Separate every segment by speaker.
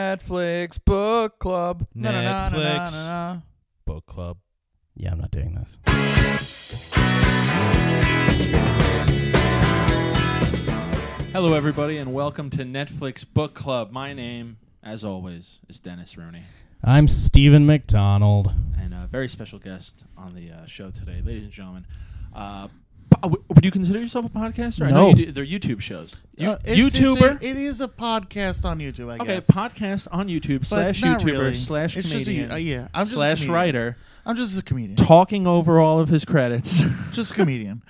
Speaker 1: Netflix book club. Na, na, na, na, na,
Speaker 2: Netflix.
Speaker 1: na, na.
Speaker 2: Book club.
Speaker 3: Yeah, I'm not doing this.
Speaker 2: Hello, everybody, and welcome to Netflix Book Club. My name, as always, is Dennis Rooney,
Speaker 3: I'm Stephen McDonald.
Speaker 2: and a very special guest on the uh, show today, ladies and gentlemen. Uh, po- w- would you consider yourself a podcaster? I know
Speaker 1: No.
Speaker 2: you do, they're YouTube shows. You-
Speaker 4: Uh, it's- it's-
Speaker 2: YouTuber.
Speaker 4: it is a podcast on YouTube, I
Speaker 2: okay,
Speaker 4: guess.
Speaker 2: podcast on YouTube slash
Speaker 4: not
Speaker 2: YouTuber
Speaker 4: really.
Speaker 2: slash
Speaker 4: It's just a-
Speaker 2: comedian
Speaker 4: uh, yeah, I'm just a
Speaker 2: slash
Speaker 4: comedian.
Speaker 2: writer,
Speaker 4: I'm just a comedian.
Speaker 2: talking over all of his credits.
Speaker 4: just a comedian.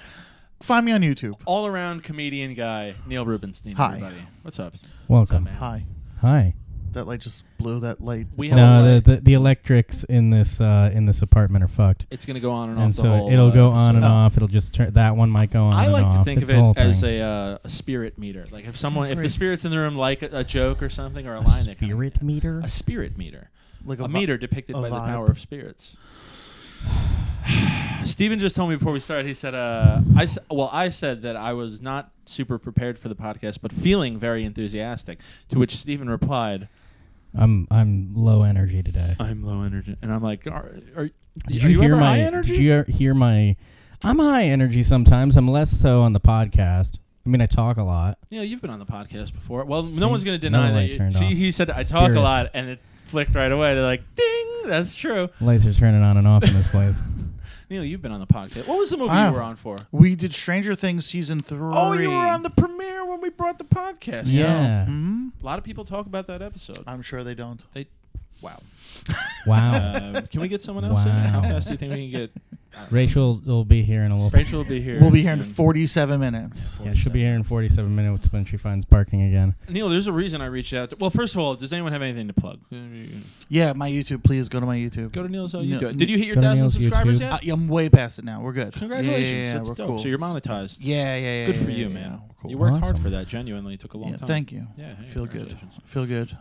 Speaker 4: Find me on YouTube.
Speaker 2: all around comedian guy, Neil Rubinstein.
Speaker 4: Hi.
Speaker 2: Everybody, what's up? What's up,
Speaker 3: Welcome.
Speaker 2: man?
Speaker 4: Hi.
Speaker 3: Hi.
Speaker 4: That light just blew. That light.
Speaker 2: We have
Speaker 3: No,
Speaker 2: a-
Speaker 3: the, the the electrics in this uh, in this apartment are fucked,
Speaker 2: it's gonna go on and off.
Speaker 3: and
Speaker 2: the
Speaker 3: so
Speaker 2: whole,
Speaker 3: it'll
Speaker 2: uh,
Speaker 3: go
Speaker 2: episode.
Speaker 3: on and off. It'll just turn that one might go on.
Speaker 2: I
Speaker 3: and
Speaker 2: like to
Speaker 3: off.
Speaker 2: think
Speaker 3: It's
Speaker 2: of
Speaker 3: a whole
Speaker 2: it as
Speaker 3: thing.
Speaker 2: a, uh, a spirit meter. Like if someone, if the
Speaker 4: Right.
Speaker 2: spirits in the room like a, a joke or something or a, line, that kinda-
Speaker 3: spirit meter.
Speaker 2: a spirit meter,
Speaker 4: Like
Speaker 2: a,
Speaker 4: a vi-
Speaker 2: meter depicted
Speaker 4: a
Speaker 2: by the
Speaker 4: vibe.
Speaker 2: power of spirits. Steven just told me before we started. He said, uh, "I s- well, I said that I was not super prepared for the podcast, but feeling very enthusiastic." To which Steven replied,
Speaker 3: I'm I'm low energy today.
Speaker 2: um, "I'm low energy," and I'm like, "Are, are,
Speaker 3: Did
Speaker 2: are
Speaker 3: you, hear
Speaker 2: ever
Speaker 3: my?
Speaker 2: high energy?"
Speaker 3: Did you hear my? I'm high energy sometimes. I'm less so on the podcast. I mean, I talk a lot.
Speaker 2: Yeah, you've been on the podcast before. Well, no
Speaker 3: See?
Speaker 2: one's going to
Speaker 3: Another
Speaker 2: deny that.
Speaker 3: light
Speaker 2: You,
Speaker 3: turned
Speaker 2: see,
Speaker 3: off.
Speaker 2: he said I talk a
Speaker 3: Spirits.
Speaker 2: lot, and it flicked right away. They're like, "Ding, that's true."
Speaker 3: Lights are turning on and off in this place.
Speaker 2: Neil, you've been on the podcast. What was the movie
Speaker 4: I-
Speaker 2: you were on for?
Speaker 4: We did Stranger Things season three.
Speaker 2: Oh, you were on the premiere when we brought the podcast.
Speaker 3: Yeah.
Speaker 4: Hmm?
Speaker 2: a lot of people talk about that episode.
Speaker 4: I'm sure they don't.
Speaker 2: They, wow.
Speaker 3: Wow.
Speaker 2: Uh, can we get someone else in? How
Speaker 3: Wow.
Speaker 2: fast do you think we can get? uh,
Speaker 3: Rachel will be here in a little.
Speaker 2: Rachel will be here.
Speaker 4: We'll be here in
Speaker 2: soon.
Speaker 4: 47 minutes.
Speaker 3: Yeah, she'll be here in 47 minutes when she finds parking again.
Speaker 2: Neil, there's a reason I reached out. To, well, first of all, does anyone have anything to plug?
Speaker 4: Yeah, my YouTube. Please go to my YouTube.
Speaker 2: Go to Neil's uh,
Speaker 4: No,
Speaker 2: YouTube. Did you hit your
Speaker 3: Go to
Speaker 2: thousand
Speaker 3: Neil's
Speaker 2: subscribers
Speaker 3: YouTube.
Speaker 2: yet?
Speaker 4: Uh, yeah, I'm way past it now. We're good.
Speaker 2: Congratulations,
Speaker 4: Yeah, yeah, yeah,
Speaker 2: that's
Speaker 4: we're
Speaker 2: dope.
Speaker 4: cool.
Speaker 2: So you're monetized.
Speaker 4: yeah, yeah, yeah.
Speaker 2: Good for
Speaker 4: yeah,
Speaker 2: you,
Speaker 4: yeah,
Speaker 2: man.
Speaker 4: yeah, we're cool.
Speaker 2: You worked hard
Speaker 3: Awesome.
Speaker 2: for that. Genuinely, it took a long
Speaker 4: Yeah,
Speaker 2: time.
Speaker 4: Thank you.
Speaker 2: Yeah, hey,
Speaker 4: Feel good.
Speaker 2: congratulations.
Speaker 4: Feel good.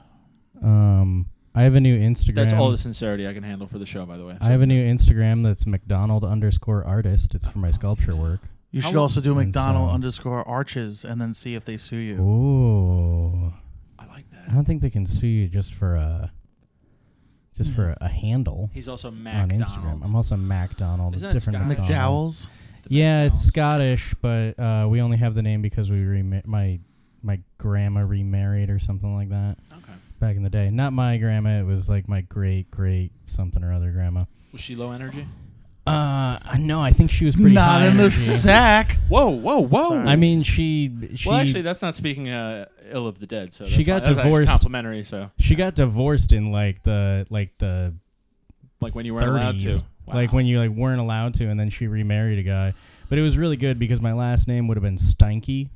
Speaker 3: Um, I have a new Instagram.
Speaker 2: That's all the sincerity I can handle for the show. By the way,
Speaker 3: I have a new Instagram that's McDonald underscore artist. It's for my sculpture work.
Speaker 4: You
Speaker 2: How
Speaker 4: should
Speaker 2: lo-
Speaker 4: also do
Speaker 3: And
Speaker 4: McDonald
Speaker 3: so-
Speaker 4: underscore arches and then see if they sue you.
Speaker 3: Ooh,
Speaker 2: I like
Speaker 3: I
Speaker 2: that.
Speaker 3: don't think they can sue you just for a just for a, a handle
Speaker 2: He's also
Speaker 3: on
Speaker 2: Mac
Speaker 3: Instagram. I'm also MacDonald. a
Speaker 2: Isn't that
Speaker 3: different
Speaker 2: Scottish?
Speaker 3: McDonald.
Speaker 4: McDowell's.
Speaker 3: Yeah, it's Scottish, but uh, we only have the name because we remar my my grandma remarried or something like that
Speaker 2: okay.
Speaker 3: back in the day. Not my grandma; it was like my great great something or other grandma.
Speaker 2: Was she low energy?
Speaker 3: Uh, no, I think she was pretty
Speaker 4: Not
Speaker 3: high
Speaker 4: in the
Speaker 3: energy.
Speaker 4: sack.
Speaker 2: Whoa, whoa, whoa!
Speaker 4: Sorry.
Speaker 3: Oh, I mean, she she
Speaker 2: well, actually, that's not speaking uh, ill of the dead. So
Speaker 3: She
Speaker 2: that's
Speaker 3: got
Speaker 2: fine. That's actually
Speaker 3: divorced.
Speaker 2: Complimentary. So
Speaker 3: she got divorced in like the like the
Speaker 2: like when you weren't allowed to.
Speaker 3: 30s, like when you like weren't allowed to, and then she remarried a guy. But it was really good because my last name would have been Steinke.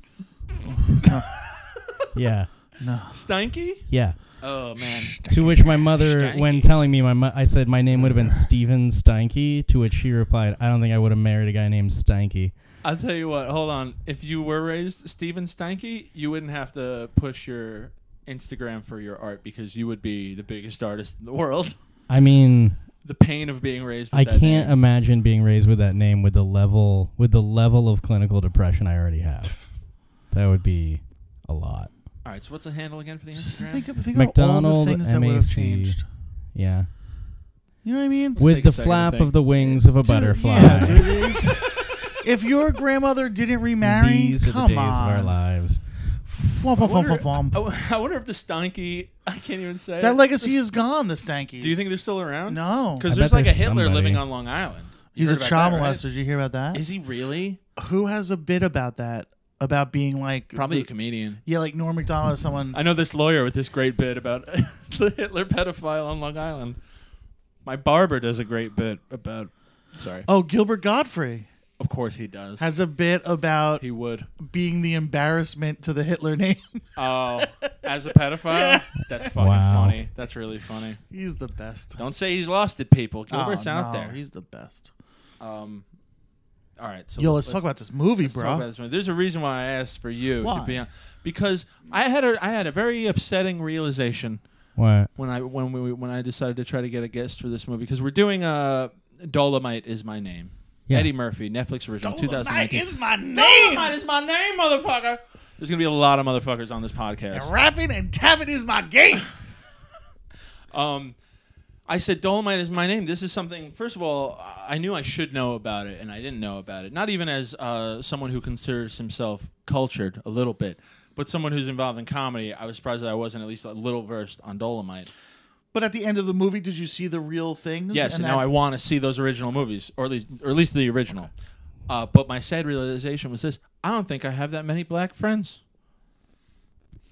Speaker 3: yeah,
Speaker 4: No.
Speaker 2: Steinke.
Speaker 3: yeah.
Speaker 2: Oh man.
Speaker 3: To which my mother, when
Speaker 2: Steinke.
Speaker 3: telling me my, mo- I said my name would have been Steven Steinke. To which she replied, "I don't think I would have married a guy named Steinke."
Speaker 2: I'll tell you what. Hold on. If you were raised Steven Steinke, you wouldn't have to push your Instagram for your art because you would be the biggest artist in the world.
Speaker 3: I mean,
Speaker 2: The pain of being raised. With
Speaker 3: I
Speaker 2: that
Speaker 3: can't
Speaker 2: name.
Speaker 3: imagine being raised with that name with the level with the level of clinical depression I already have. That would be a lot.
Speaker 2: All right. So what's the handle again for the
Speaker 4: Just
Speaker 2: Instagram?
Speaker 4: think of, think of all
Speaker 3: McDonald,
Speaker 4: the things that would have
Speaker 3: MAC.
Speaker 4: changed.
Speaker 3: Yeah.
Speaker 4: You know what I mean?
Speaker 2: Let's
Speaker 3: with
Speaker 2: take a
Speaker 3: the
Speaker 2: second to
Speaker 3: flap
Speaker 2: think.
Speaker 3: of the wings of a
Speaker 4: Dude,
Speaker 3: butterfly.
Speaker 4: yeah, dude, it's- if your grandmother didn't remarry,
Speaker 3: These are the
Speaker 4: come
Speaker 3: days
Speaker 4: on.
Speaker 3: of our lives.
Speaker 4: Fwomp,
Speaker 2: I
Speaker 4: fwomp,
Speaker 2: wonder,
Speaker 4: fwomp, fwomp.
Speaker 2: I w- Oh, I wonder if the Steinke. I can't even say
Speaker 4: That
Speaker 2: it.
Speaker 4: legacy is gone. The Stankies.
Speaker 2: Do you think they're still around?
Speaker 4: no?
Speaker 2: Because
Speaker 3: I
Speaker 2: there's
Speaker 3: bet
Speaker 2: like a
Speaker 3: there's
Speaker 2: Hitler
Speaker 3: somebody.
Speaker 2: living on Long Island. You
Speaker 4: he's a
Speaker 2: heard about
Speaker 4: child
Speaker 2: that, right?
Speaker 4: molester. Did you hear about that?
Speaker 2: Is he really?
Speaker 4: Who has a bit about that? About being like
Speaker 2: Probably a
Speaker 4: the-
Speaker 2: comedian.
Speaker 4: yeah, like Norm Macdonald or someone.
Speaker 2: I know this lawyer with this great bit about the Hitler pedophile on Long Island. My barber does a great bit about. Sorry.
Speaker 4: oh, Gilbert Godfrey
Speaker 2: Of course he does.
Speaker 4: has a bit about
Speaker 2: he would.
Speaker 4: being the embarrassment to the Hitler name.
Speaker 2: Oh, as a pedophile? That's fucking
Speaker 3: Wow.
Speaker 2: funny. That's really funny.
Speaker 4: he's the best.
Speaker 2: Don't say he's lost it, people.
Speaker 4: Oh,
Speaker 2: Gilbert's out
Speaker 4: no,
Speaker 2: there.
Speaker 4: He's the best.
Speaker 2: Um, all right. So
Speaker 4: Yo, let's talk about this movie,
Speaker 2: Let's talk about
Speaker 4: bro.
Speaker 2: this movie. There's a reason why I asked for you to
Speaker 4: Why?
Speaker 2: be on because I had a I had a very upsetting realization
Speaker 3: What?
Speaker 2: when I when we when I decided to try to get a guest for this movie because we're doing uh Dolomite is my name.
Speaker 3: Yeah.
Speaker 2: Eddie Murphy, Netflix original, 2019.
Speaker 4: my name.
Speaker 2: Dolomite is my name, motherfucker. There's gonna be a lot of motherfuckers on this podcast.
Speaker 4: Rapping and tapping is my game.
Speaker 2: Um, I said Dolomite is my name. This is something. First of all, I knew I should know about it, and I didn't know about it. Not even as uh, someone who considers himself cultured a little bit, but someone who's involved in comedy. I was surprised that I wasn't at least a little versed on Dolomite.
Speaker 4: But at the end of the movie, did you see the real things?
Speaker 2: Yes, and
Speaker 4: and
Speaker 2: now
Speaker 4: that-
Speaker 2: I want to see those original movies, or at least, or at least the original. Uh, but my sad realization was this: I don't think I have that many black friends.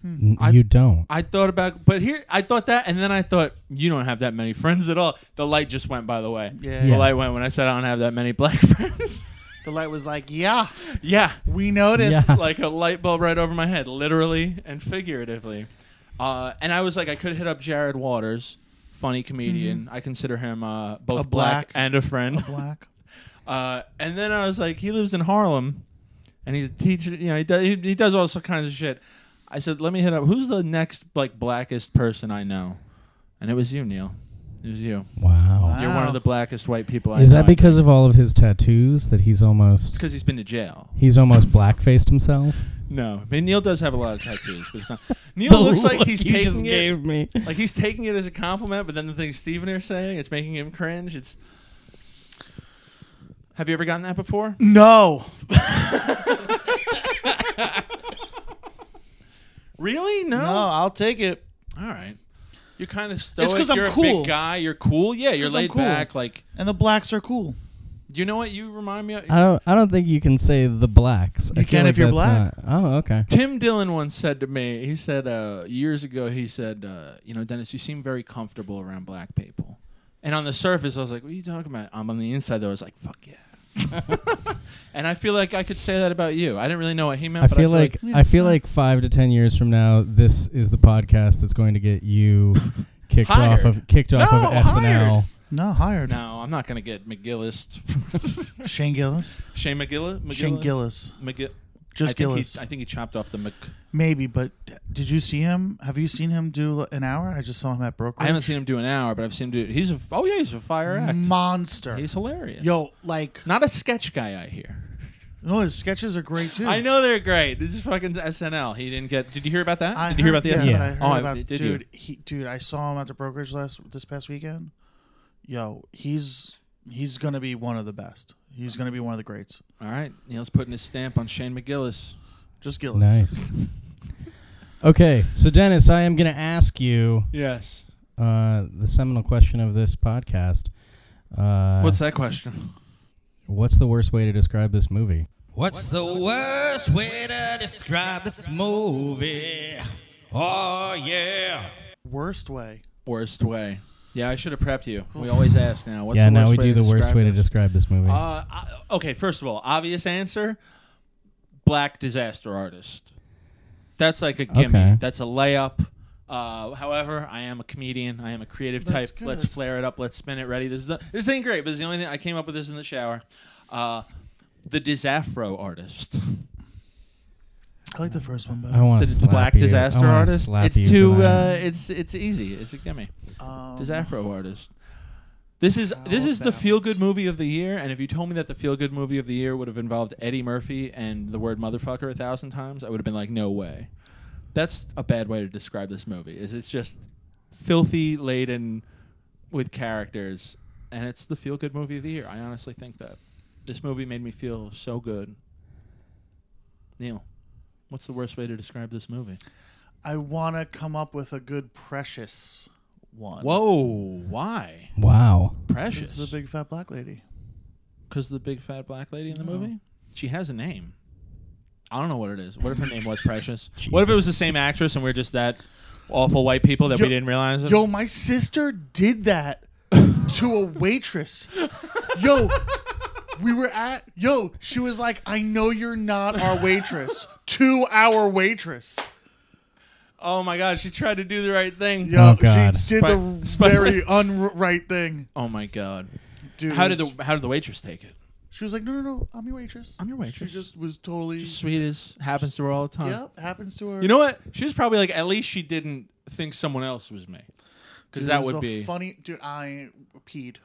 Speaker 3: N-
Speaker 2: I-
Speaker 3: you don't.
Speaker 2: I thought about, but here I thought that, and then I thought you don't have that many friends at all. The light just went, by the way.
Speaker 4: Yeah.
Speaker 2: the
Speaker 3: Yeah.
Speaker 2: light went when I said I don't have that many black friends.
Speaker 4: the light was like, yeah,
Speaker 2: yeah,
Speaker 4: we noticed.
Speaker 3: Yeah.
Speaker 2: like a light bulb right over my head, literally and figuratively. Uh, and I was like, I could hit up Jared Waters, funny comedian.
Speaker 3: Mm-hmm.
Speaker 2: I consider him uh, both
Speaker 4: A
Speaker 2: black,
Speaker 4: black-
Speaker 2: and a friend.
Speaker 4: Black.
Speaker 2: Uh, and then I was like, he lives in Harlem, and he's a teacher. You know, he does he, he does all sorts kinds of shit. I said, let me hit up. Who's the next like blackest person I know? And it was you, Neil. It was you.
Speaker 3: Wow.
Speaker 2: You're one
Speaker 4: Wow.
Speaker 2: of the blackest white people. I
Speaker 3: Is
Speaker 2: know.
Speaker 3: that because of all of his tattoos that he's
Speaker 2: It's
Speaker 3: almost
Speaker 2: because he's been to jail.
Speaker 3: he's almost blackfaced himself?
Speaker 2: No, I mean Neil does have a lot of tattoos, but it's not. Neil looks like he's
Speaker 3: you
Speaker 2: taking
Speaker 3: just
Speaker 2: it
Speaker 3: gave me.
Speaker 2: like he's taking it as a compliment, but then the things Steven are saying, it's making him cringe. It's. Have you ever gotten that before?
Speaker 4: No.
Speaker 2: Really?
Speaker 4: No, I'll take it.
Speaker 2: All right. You're kind of stoic.
Speaker 4: 'cause I'm
Speaker 2: you're a
Speaker 4: cool.
Speaker 2: big guy. You're cool. Yeah, you're
Speaker 4: 'cause I'm
Speaker 2: laid
Speaker 4: cool.
Speaker 2: back. Like,
Speaker 4: And the blacks are cool.
Speaker 2: you know what you remind me of?
Speaker 3: I don't. I don't think you can say the blacks. I
Speaker 4: You
Speaker 3: feel
Speaker 4: can
Speaker 3: like
Speaker 4: if you're
Speaker 3: that's not- oh, okay.
Speaker 2: Tim Dillon once said to me, he said uh, years ago, he said, uh, you know, Dennis, you seem very comfortable around black people. And on the surface, I was like, what are you talking about? I'm on the inside, though. I was like, fuck yeah. and I feel like I could say that about you. I didn't really know what he meant,
Speaker 3: I
Speaker 2: but
Speaker 3: feel, like,
Speaker 4: yeah,
Speaker 3: I feel
Speaker 4: yeah.
Speaker 3: like five to ten years from now, this is the podcast that's going to get you kicked off
Speaker 2: Hired.
Speaker 3: of kicked off
Speaker 2: No,
Speaker 3: of SNL.
Speaker 4: No, hired.
Speaker 2: no, I'm not going to get McGillis.
Speaker 4: Shane Gillis.
Speaker 2: Shane McGillis? McGillis?
Speaker 4: Shane Gillis.
Speaker 2: McGill-
Speaker 4: Just
Speaker 2: I think
Speaker 4: Gillis.
Speaker 2: He, I think he chopped off the Mc.
Speaker 4: Maybe, but d- did you see him? Have you seen him do l- an hour? I just saw him at brokerage.
Speaker 2: I haven't seen him do an hour, but I've seen him do. He's a. Oh yeah, he's a fire act.
Speaker 4: Monster.
Speaker 2: He's hilarious.
Speaker 4: Yo, like,
Speaker 2: not a sketch guy. I hear.
Speaker 4: no, his sketches are great too.
Speaker 2: I know they're great. This is fucking SNL. He didn't get. Did you hear about that?
Speaker 4: I
Speaker 2: did you hear
Speaker 4: heard-
Speaker 2: about the
Speaker 4: yes,
Speaker 2: SNL?
Speaker 4: I heard
Speaker 2: oh,
Speaker 4: about,
Speaker 2: did
Speaker 4: dude.
Speaker 2: you?
Speaker 4: He, dude, I saw him at the brokerage last this past weekend. Yo, he's he's gonna be one of the best. He's gonna be one of the greats.
Speaker 2: All right, Neil's putting his stamp on Shane McGillis.
Speaker 4: Just Gillis.
Speaker 3: Nice. okay, so Dennis, I am going to ask you
Speaker 2: Yes.
Speaker 3: uh, the seminal question of this podcast. Uh,
Speaker 2: What's that question?
Speaker 3: what's the worst way to describe this movie?
Speaker 5: What's the worst way to describe this movie? Oh, yeah.
Speaker 4: Worst way.
Speaker 2: Worst way. Yeah, I should have prepped you. We always ask now. What's
Speaker 3: yeah,
Speaker 2: the
Speaker 3: now
Speaker 2: worst
Speaker 3: we
Speaker 2: way
Speaker 3: do
Speaker 2: to
Speaker 3: the worst way to
Speaker 2: this?
Speaker 3: describe this movie.
Speaker 2: Uh, I- okay, first of all, obvious answer: black disaster artist. That's like a gimme.
Speaker 3: Okay.
Speaker 2: That's a layup. Uh, however, I am a comedian. I am a creative
Speaker 4: That's
Speaker 2: type. Let's
Speaker 4: good.
Speaker 2: flare it up. Let's spin it. Ready. This is the, this ain't great, but it's the only thing I came up with this in the shower. Uh, the disafro artist.
Speaker 4: I like the first one
Speaker 3: I
Speaker 4: better.
Speaker 3: want
Speaker 2: The,
Speaker 3: to
Speaker 2: the black disaster artist. It's too. Uh, it's it's easy. It's a gimme.
Speaker 4: Um,
Speaker 2: Disafro artist. This is this
Speaker 4: How
Speaker 2: is the
Speaker 4: about-
Speaker 2: feel good movie of the year, and if you told me that the feel good movie of the year would have involved Eddie Murphy and the word motherfucker a thousand times, I would have been like, no way. That's a bad way to describe this movie. Is it's just filthy laden with characters, and it's the feel good movie of the year. I honestly think that this movie made me feel so good. Neil, what's the worst way to describe this movie?
Speaker 4: I want to come up with a good precious one.
Speaker 2: Whoa, why
Speaker 3: wow.
Speaker 2: precious?
Speaker 4: Uh, This is a big fat black lady.
Speaker 2: Because the big fat black lady in the
Speaker 4: Oh.
Speaker 2: movie? She has a name. I don't know what it is. What if her name was Precious? What if it was the same actress and we're just that awful white people that
Speaker 4: Yo-
Speaker 2: we didn't realize? it?
Speaker 4: Yo, my sister did that to a waitress. Yo, we were at, yo, she was like, I know you're not our waitress, to our waitress.
Speaker 2: Oh my god, she tried to do the right thing.
Speaker 4: Yo,
Speaker 3: Oh, God.
Speaker 4: she did
Speaker 2: Spi-
Speaker 4: the
Speaker 2: spi-
Speaker 4: very unright thing.
Speaker 2: Oh my god.
Speaker 4: Dude,
Speaker 2: How
Speaker 4: it
Speaker 2: did
Speaker 4: was-
Speaker 2: the how did the waitress take it?
Speaker 4: she was like, no, no, no, I'm your waitress.
Speaker 2: I'm your waitress.
Speaker 4: She just was totally,
Speaker 2: Just sweet as happens to her all the time.
Speaker 4: yep, happens to her.
Speaker 2: You know what? She was probably like, at least she didn't think someone else was me. Because
Speaker 4: Dude, it
Speaker 2: that
Speaker 4: was
Speaker 2: would
Speaker 4: the
Speaker 2: be
Speaker 4: funny. Dude, I peed.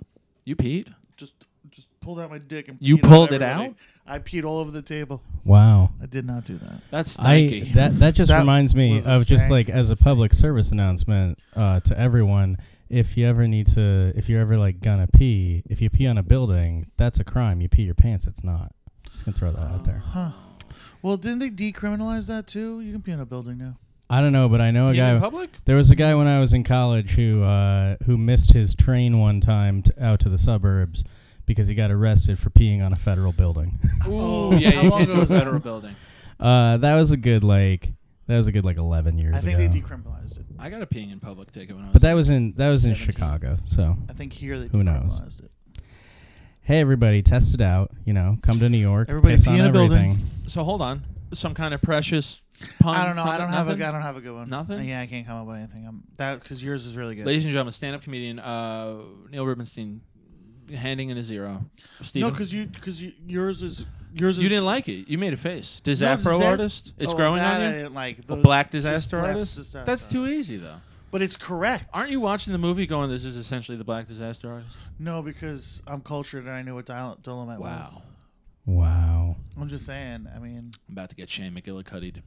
Speaker 2: you, Pete.
Speaker 4: Just, just pulled out my dick and
Speaker 2: You
Speaker 4: peed on
Speaker 2: pulled it
Speaker 4: everybody.
Speaker 2: out?
Speaker 4: I peed all over the table.
Speaker 3: Wow.
Speaker 4: I did not do that.
Speaker 2: That's
Speaker 3: I
Speaker 2: stanky.
Speaker 3: that that just
Speaker 4: That
Speaker 3: reminds me
Speaker 4: was a
Speaker 3: of just
Speaker 4: stank.
Speaker 3: like as a public service announcement uh, to everyone. If you ever need to, if you're ever like gonna pee, if you pee on a building, that's a crime. You pee your pants, it's not. Just gonna throw that out there.
Speaker 4: Well, didn't they decriminalize that too? You can pee in a building now.
Speaker 3: I don't know, but I know a
Speaker 2: Peeing in
Speaker 3: guy.
Speaker 2: public?
Speaker 3: There was a guy when I was in college who uh, who missed his train one time to, out to the suburbs because he got arrested for peeing on a federal building.
Speaker 2: Ooh, yeah,
Speaker 4: Oh, how
Speaker 2: you
Speaker 4: long
Speaker 2: can't
Speaker 4: ago
Speaker 2: do a
Speaker 4: was that?
Speaker 2: federal building.
Speaker 3: Uh, that was a good like that was a good like 11 years
Speaker 4: I think
Speaker 3: ago.
Speaker 4: they decriminalized it.
Speaker 2: I got a peeing in public ticket when I was.
Speaker 3: but that was in that was in
Speaker 2: 17.
Speaker 3: Chicago. So
Speaker 4: I think here they
Speaker 3: Who knows?
Speaker 4: decriminalized it.
Speaker 3: hey everybody, test it out. You know, come to New York.
Speaker 4: Everybody
Speaker 3: piss
Speaker 4: pee
Speaker 3: on
Speaker 4: in a building.
Speaker 3: everything.
Speaker 2: so hold on. Some kind of precious pun.
Speaker 4: I don't know. I don't have
Speaker 2: nothing?
Speaker 4: a. I don't have a good one.
Speaker 2: Nothing?
Speaker 4: Uh, yeah, I can't come up with anything. I'm that because yours is really good.
Speaker 2: Ladies and gentlemen, stand-up comedian uh, Neil Rubenstein, handing in a zero. Steven,
Speaker 4: no, because you because you, yours is yours is
Speaker 2: you didn't like it. You made a face.
Speaker 4: No,
Speaker 2: Disaster
Speaker 4: Zach-
Speaker 2: artist. It's
Speaker 4: oh,
Speaker 2: growing on
Speaker 4: that I
Speaker 2: you.
Speaker 4: didn't like
Speaker 2: A
Speaker 4: Those-
Speaker 2: black
Speaker 4: just
Speaker 2: disaster
Speaker 4: blast
Speaker 2: artist.
Speaker 4: disaster
Speaker 2: That's too
Speaker 4: artist.
Speaker 2: easy though.
Speaker 4: But it's correct.
Speaker 2: Aren't you watching the movie going? This is essentially the black disaster artist.
Speaker 4: No, because I'm cultured and I knew what dial- Dolomite was.
Speaker 2: Wow.
Speaker 3: Wow.
Speaker 4: I'm just saying. I mean,
Speaker 2: I'm about to get Shane McGillicuddied.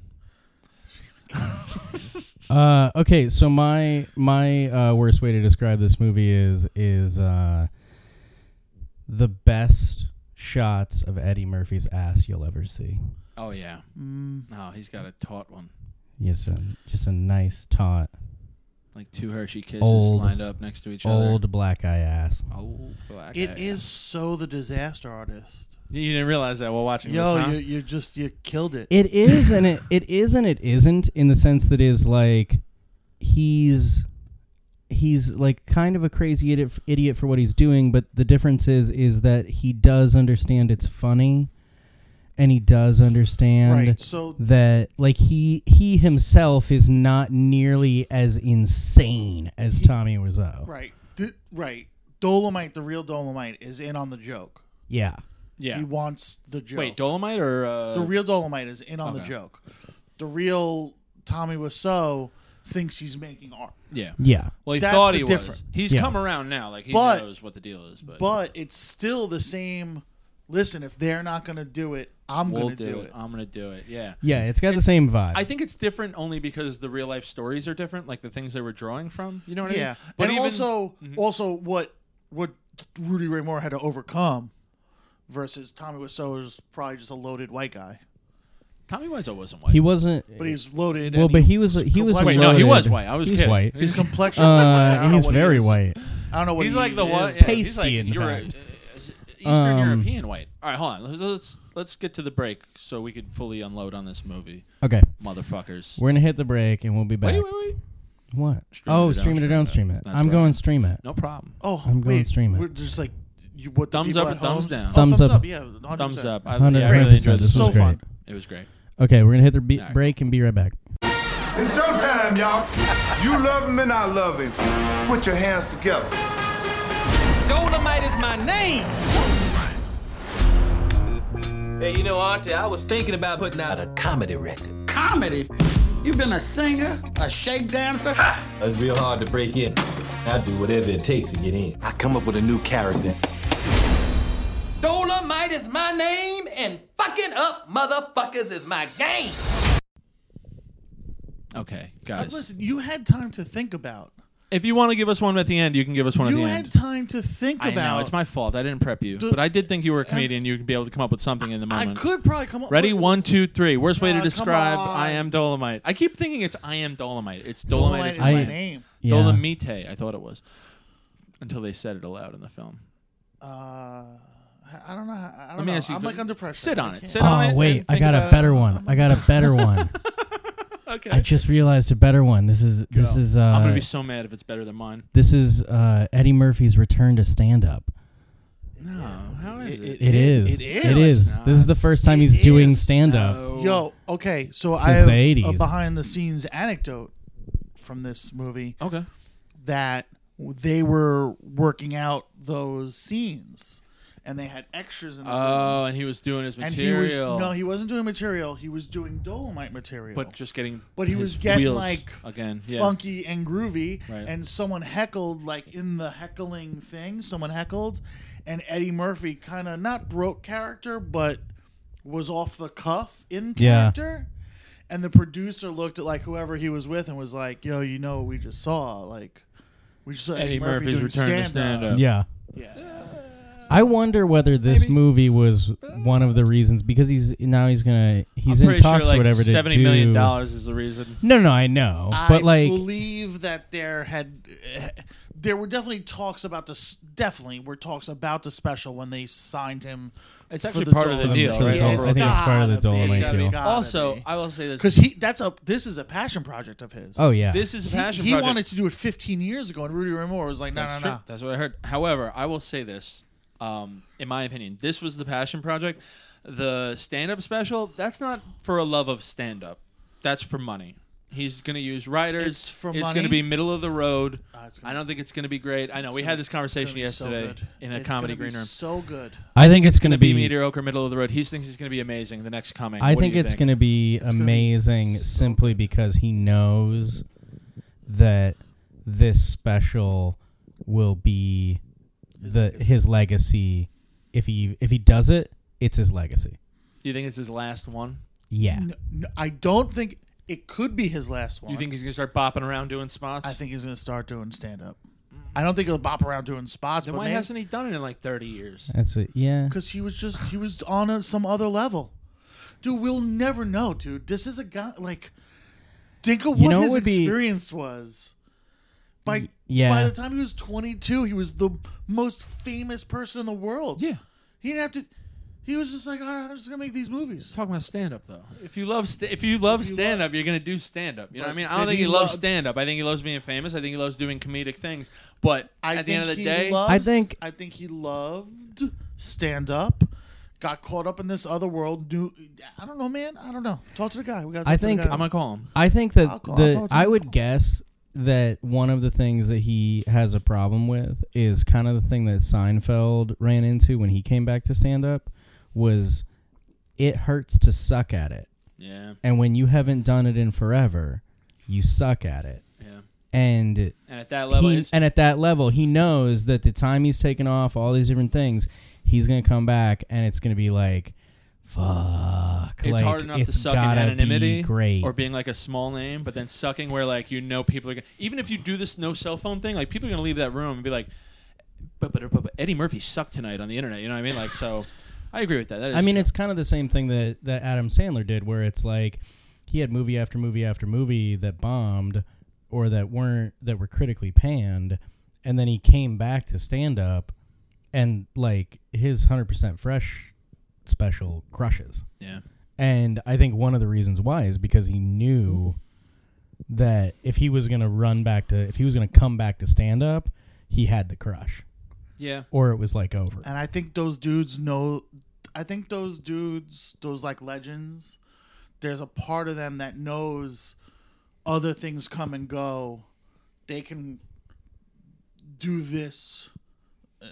Speaker 3: Uh, okay, so my my uh, worst way to describe this movie is is uh, the best shots of Eddie Murphy's ass you'll ever see.
Speaker 2: Oh yeah.
Speaker 4: mm,
Speaker 2: Oh, he's got a taut one.
Speaker 3: Yes, a, just a nice taut
Speaker 2: Like two Hershey kisses
Speaker 3: Old-
Speaker 2: lined up next to each
Speaker 3: old black guy ass.
Speaker 2: other. Oh, black.
Speaker 4: it
Speaker 2: guy.
Speaker 4: is so the disaster artist.
Speaker 2: You didn't realize that while watching
Speaker 4: Yo,
Speaker 2: this, huh?
Speaker 4: you you just you killed it.
Speaker 3: It is and it, it is and it isn't in the sense that is like he's he's like kind of a crazy idiot, idiot for what he's doing, but the difference is is that he does understand it's funny and he does understand
Speaker 4: right. So
Speaker 3: that like he he himself is not nearly as insane as Tommy Wiseau.
Speaker 4: right. Th- right. Dolomite, the real Dolomite, is in on the joke.
Speaker 3: Yeah.
Speaker 2: yeah.
Speaker 4: He wants the joke.
Speaker 2: Wait, Dolomite or uh,
Speaker 4: the real Dolomite is in on the
Speaker 2: okay.
Speaker 4: joke. The real Tommy Wiseau thinks he's making art,
Speaker 2: Yeah.
Speaker 3: Yeah.
Speaker 2: Well, he
Speaker 4: That's
Speaker 2: thought
Speaker 4: the
Speaker 2: he was.
Speaker 4: difference.
Speaker 2: He's
Speaker 3: Yeah.
Speaker 2: come around now. Like he
Speaker 4: But-
Speaker 2: knows what the deal is. But,
Speaker 4: but it's still the same. Listen, if they're not going to do it, I'm
Speaker 2: we'll
Speaker 4: going to do it.
Speaker 2: I'm gonna do it. Yeah.
Speaker 3: Yeah, it's got the same vibe.
Speaker 2: I think it's different only because the real life stories are different, like the things they were drawing from. You know what I
Speaker 4: Yeah,
Speaker 2: mean?
Speaker 4: and
Speaker 2: even- Mm-hmm.
Speaker 4: also, also what what Rudy Ray Moore had to overcome versus Tommy Wiseau is probably just a loaded white guy,
Speaker 2: Tommy Wiseau wasn't white.
Speaker 3: he wasn't
Speaker 4: but he's loaded.
Speaker 3: well,
Speaker 4: and
Speaker 3: but he was he was
Speaker 4: Wait,
Speaker 2: Wait, no, he
Speaker 3: loaded.
Speaker 2: was white. I was
Speaker 3: he's
Speaker 2: kidding.
Speaker 3: white.
Speaker 4: his complexion. I
Speaker 3: Uh,
Speaker 4: don't know
Speaker 3: he's
Speaker 4: what he
Speaker 3: very
Speaker 4: is.
Speaker 3: white.
Speaker 4: I don't know what
Speaker 2: he's
Speaker 4: he
Speaker 2: like the
Speaker 4: is,
Speaker 2: one.
Speaker 4: but-
Speaker 2: Yeah, he's like
Speaker 3: pasty, in
Speaker 2: Euro- uh,
Speaker 3: fact.
Speaker 2: Eastern
Speaker 3: Um,
Speaker 2: European white. All right, hold on. Let's, let's let's get to the break so we could fully unload on this movie,
Speaker 3: Okay,
Speaker 2: motherfuckers.
Speaker 3: we're gonna hit the break and we'll be back.
Speaker 2: Wait, wait, wait.
Speaker 3: What?
Speaker 2: Stream it
Speaker 3: oh,
Speaker 2: or
Speaker 3: stream it or don't stream it.
Speaker 2: That's
Speaker 3: I'm
Speaker 2: right.
Speaker 3: going stream it.
Speaker 2: No problem.
Speaker 4: Oh,
Speaker 3: I'm going
Speaker 4: wait,
Speaker 3: stream it.
Speaker 4: We're just like you, what the
Speaker 2: Thumbs
Speaker 4: people
Speaker 2: up
Speaker 4: at
Speaker 2: or thumbs
Speaker 4: home-
Speaker 2: down?
Speaker 4: Oh,
Speaker 3: Thumbs up.
Speaker 4: Yeah, 100%.
Speaker 2: Thumbs up. I,
Speaker 3: Hundred
Speaker 2: yeah, I really enjoyed
Speaker 3: percent.
Speaker 2: this.
Speaker 3: This
Speaker 4: So
Speaker 3: was great.
Speaker 4: fun.
Speaker 2: It was great.
Speaker 3: Okay, we're gonna hit the be-
Speaker 2: Alright.
Speaker 3: break and be right back.
Speaker 6: It's showtime, y'all. You love him and I love him. Put your hands together.
Speaker 5: Dolomite is my name. Hey, you know, Auntie, I was thinking about putting out a comedy record.
Speaker 7: comedy. You've been a singer, a shake dancer.
Speaker 8: It's real hard to break in. I do whatever it takes to get in. I come up with a new character.
Speaker 5: Dolomite is my name, and fucking up motherfuckers is my game.
Speaker 2: Okay,
Speaker 4: But
Speaker 2: guys.
Speaker 4: Listen, you had time to think about.
Speaker 2: If you want to give us one at the end, you can give us one
Speaker 4: You
Speaker 2: at the
Speaker 4: had
Speaker 2: end.
Speaker 4: time to think
Speaker 2: I
Speaker 4: about.
Speaker 2: know it's my fault. I didn't prep you,
Speaker 4: Do-
Speaker 2: but I did think you were a comedian. You could be able to come up with something in the
Speaker 4: I
Speaker 2: moment.
Speaker 4: could probably come up.
Speaker 2: Ready?
Speaker 4: with-
Speaker 2: One, two, three. Worst way
Speaker 4: Nah,
Speaker 2: to
Speaker 4: come
Speaker 2: describe
Speaker 4: on.
Speaker 2: I am Dolomite. I keep thinking it's I am Dolomite. It's
Speaker 4: Dolomite
Speaker 2: Dolomite.
Speaker 4: is
Speaker 2: is my
Speaker 4: my
Speaker 3: I-
Speaker 4: name.
Speaker 3: Yeah.
Speaker 2: Dolomite. I thought it was until they said it aloud in the film.
Speaker 4: Uh, I I don't know. How, I don't
Speaker 2: Let me
Speaker 4: know.
Speaker 2: ask you.
Speaker 4: I'm like under pressure.
Speaker 2: Sit
Speaker 4: I
Speaker 2: on it.
Speaker 4: can't-
Speaker 2: Sit on it.
Speaker 3: Oh
Speaker 2: and
Speaker 3: wait, I
Speaker 2: think
Speaker 3: got
Speaker 2: about
Speaker 3: a better one. I got a better one.
Speaker 2: it. Okay.
Speaker 3: I just realized a better one. This is this is
Speaker 2: I'm
Speaker 3: uh
Speaker 2: gonna be so mad if it's better than mine.
Speaker 3: this is uh Eddie Murphy's return to stand up.
Speaker 2: No. How is it?
Speaker 3: It is.
Speaker 4: Oh, it
Speaker 3: It
Speaker 4: is.
Speaker 3: is. This is the first time he's doing
Speaker 4: is.
Speaker 3: stand up.
Speaker 2: Oh,
Speaker 4: Yo, okay. So I
Speaker 3: Since
Speaker 4: have
Speaker 3: the
Speaker 4: a
Speaker 3: 80s.
Speaker 4: behind the scenes anecdote from this movie
Speaker 2: Okay.
Speaker 4: that they were working out those scenes, and they had extras in the room.
Speaker 2: Oh, and he was doing his
Speaker 4: And
Speaker 2: material.
Speaker 4: he was no, he wasn't doing material. He was doing Dolomite material.
Speaker 2: but just getting.
Speaker 4: But he
Speaker 2: his
Speaker 4: was getting,
Speaker 2: wheels
Speaker 4: like,
Speaker 2: again. Yeah.
Speaker 4: funky and groovy.
Speaker 2: Right.
Speaker 4: And someone heckled, like in the heckling thing, someone heckled, and Eddie Murphy kind of not broke character, but was off the cuff in
Speaker 3: Yeah.
Speaker 4: character. And the producer looked at like whoever he was with and was like, "Yo, you know what we just saw? Like, we just saw Eddie,
Speaker 2: Eddie
Speaker 4: Murphy
Speaker 2: Murphy's
Speaker 4: doing
Speaker 2: return to
Speaker 4: stand-up.
Speaker 2: stand-up.
Speaker 3: Yeah.
Speaker 4: Yeah,
Speaker 3: I wonder whether this
Speaker 2: Maybe.
Speaker 3: movie was one of the reasons because he's now he's gonna he's
Speaker 2: I'm
Speaker 3: in
Speaker 2: pretty
Speaker 3: talks
Speaker 2: sure like
Speaker 3: whatever to
Speaker 2: seventy
Speaker 3: do.
Speaker 2: million dollars is the reason.
Speaker 3: No, no, I know,
Speaker 4: I
Speaker 3: but like
Speaker 4: believe that there had eh, there were definitely talks about this. Definitely were talks about the special when they signed him.
Speaker 2: It's
Speaker 4: for
Speaker 2: actually
Speaker 4: the
Speaker 2: part of the
Speaker 4: Dolomite.
Speaker 2: deal, right?
Speaker 3: I think it's part of
Speaker 4: gotta
Speaker 3: the
Speaker 4: be.
Speaker 3: Dolomite
Speaker 4: It's gotta
Speaker 3: deal.
Speaker 4: be.
Speaker 2: Also, I will say this:
Speaker 4: because he that's a this is a passion project of his.
Speaker 3: oh yeah,
Speaker 2: this is a
Speaker 4: he,
Speaker 2: passion
Speaker 4: he
Speaker 2: project.
Speaker 4: wanted to do it 15 years ago, and Rudy Ramore was like, "No,
Speaker 2: That's
Speaker 4: no,
Speaker 2: true.
Speaker 4: no."
Speaker 2: That's what I heard. However, I will say this. Um, in my opinion, this was the passion project. The stand up special, that's not for a love of stand up. That's for money. He's going to use writers.
Speaker 4: It's for
Speaker 2: It's
Speaker 4: money?
Speaker 2: going to be middle of the road.
Speaker 4: Ah, it's gonna
Speaker 2: I don't think it's going to be great. I know. We
Speaker 4: gonna
Speaker 2: had
Speaker 4: be-
Speaker 2: this
Speaker 4: it's gonna
Speaker 2: conversation
Speaker 4: be so
Speaker 2: yesterday
Speaker 4: good.
Speaker 2: in a
Speaker 4: It's
Speaker 2: comedy
Speaker 4: gonna be
Speaker 2: green room.
Speaker 4: So good.
Speaker 3: I think it's
Speaker 2: going
Speaker 3: gonna
Speaker 2: to be
Speaker 3: be.
Speaker 2: mediocre, middle of the road. He thinks he's going to be amazing the next coming.
Speaker 3: I
Speaker 2: What do
Speaker 3: think
Speaker 2: you
Speaker 3: it's gonna be
Speaker 4: be
Speaker 3: amazing simply because he knows that this special will be the his legacy. If he if he does it, it's his legacy.
Speaker 2: Do you think it's his last one?
Speaker 3: Yeah.
Speaker 4: No, no, I don't think it could be his last one.
Speaker 2: Do you think he's going to start bopping around doing spots?
Speaker 4: I think he's going to start doing stand up.
Speaker 2: Mm-hmm.
Speaker 4: I don't think he'll bop around doing spots,
Speaker 2: Then
Speaker 4: but
Speaker 2: why
Speaker 4: man,
Speaker 2: hasn't he done it in like 30 years?
Speaker 3: That's it. Yeah.
Speaker 4: because he was just he was on a, some other level. Dude, we'll never know, dude. This is a guy like think of
Speaker 3: You
Speaker 4: what
Speaker 3: know, it
Speaker 4: his
Speaker 3: would be-
Speaker 4: experience was. By
Speaker 3: yeah.
Speaker 4: by the time he was 22, he was the most famous person in the world. He didn't have to. He was just like, all right, I'm just gonna make these movies.
Speaker 2: Talking about stand up though. If you love st- if you love
Speaker 4: you
Speaker 2: stand up, you're gonna do stand up. You know what I
Speaker 4: But
Speaker 2: mean? I don't
Speaker 4: did
Speaker 2: think
Speaker 4: he
Speaker 2: he loves
Speaker 4: love-
Speaker 2: stand up. I think he loves being famous. I think he loves doing comedic things. But
Speaker 4: I
Speaker 2: at the
Speaker 4: think
Speaker 2: end of the
Speaker 4: he
Speaker 2: day,
Speaker 4: loves,
Speaker 3: I think-
Speaker 4: I think he loved stand up. Got caught up in this other world. Do I don't know, man. I don't know. Talk to the guy. We got.
Speaker 3: I think-
Speaker 4: to the guy.
Speaker 2: I'm gonna call him.
Speaker 3: I think that
Speaker 4: I'll call- I'll
Speaker 3: the
Speaker 4: talk to
Speaker 3: I
Speaker 4: him.
Speaker 3: would guess that one of the things that he has a problem with is kind of the thing that Seinfeld ran into when he came back to stand up was it hurts to suck at it.
Speaker 2: Yeah,
Speaker 3: And when you haven't done it in forever, you suck at it.
Speaker 2: yeah.
Speaker 3: And
Speaker 2: And at that level,
Speaker 3: he-
Speaker 2: it's,
Speaker 3: and at that level, he knows that the time he's taken off, all these different things, he's gonna come back, and it's gonna be like, fuck.
Speaker 2: it's
Speaker 3: like,
Speaker 2: hard enough to
Speaker 3: it's
Speaker 2: suck in
Speaker 3: gotta be
Speaker 2: anonymity,
Speaker 3: great.
Speaker 2: or being like a small name, but then sucking where like you know people are gonna even if you do this no cell phone thing, like people are gonna leave that room and be like, but but but, but Eddie Murphy sucked tonight on the internet. You know what I mean? Like so, I agree with that. that is
Speaker 3: I mean,
Speaker 2: true.
Speaker 3: it's kind of the same thing that that Adam Sandler did, where it's like he had movie after movie after movie that bombed or that weren't that were critically panned, and then he came back to stand up, and like his hundred percent fresh special crushes.
Speaker 2: yeah.
Speaker 3: And I think one of the reasons why is because he knew that if he was going to run back to, if he was going to come back to stand up, he had the crush
Speaker 2: Yeah,
Speaker 3: or it was like over.
Speaker 4: And I think those dudes know. I think those dudes, those like legends, there's a part of them that knows other things come and go. They can do this uh,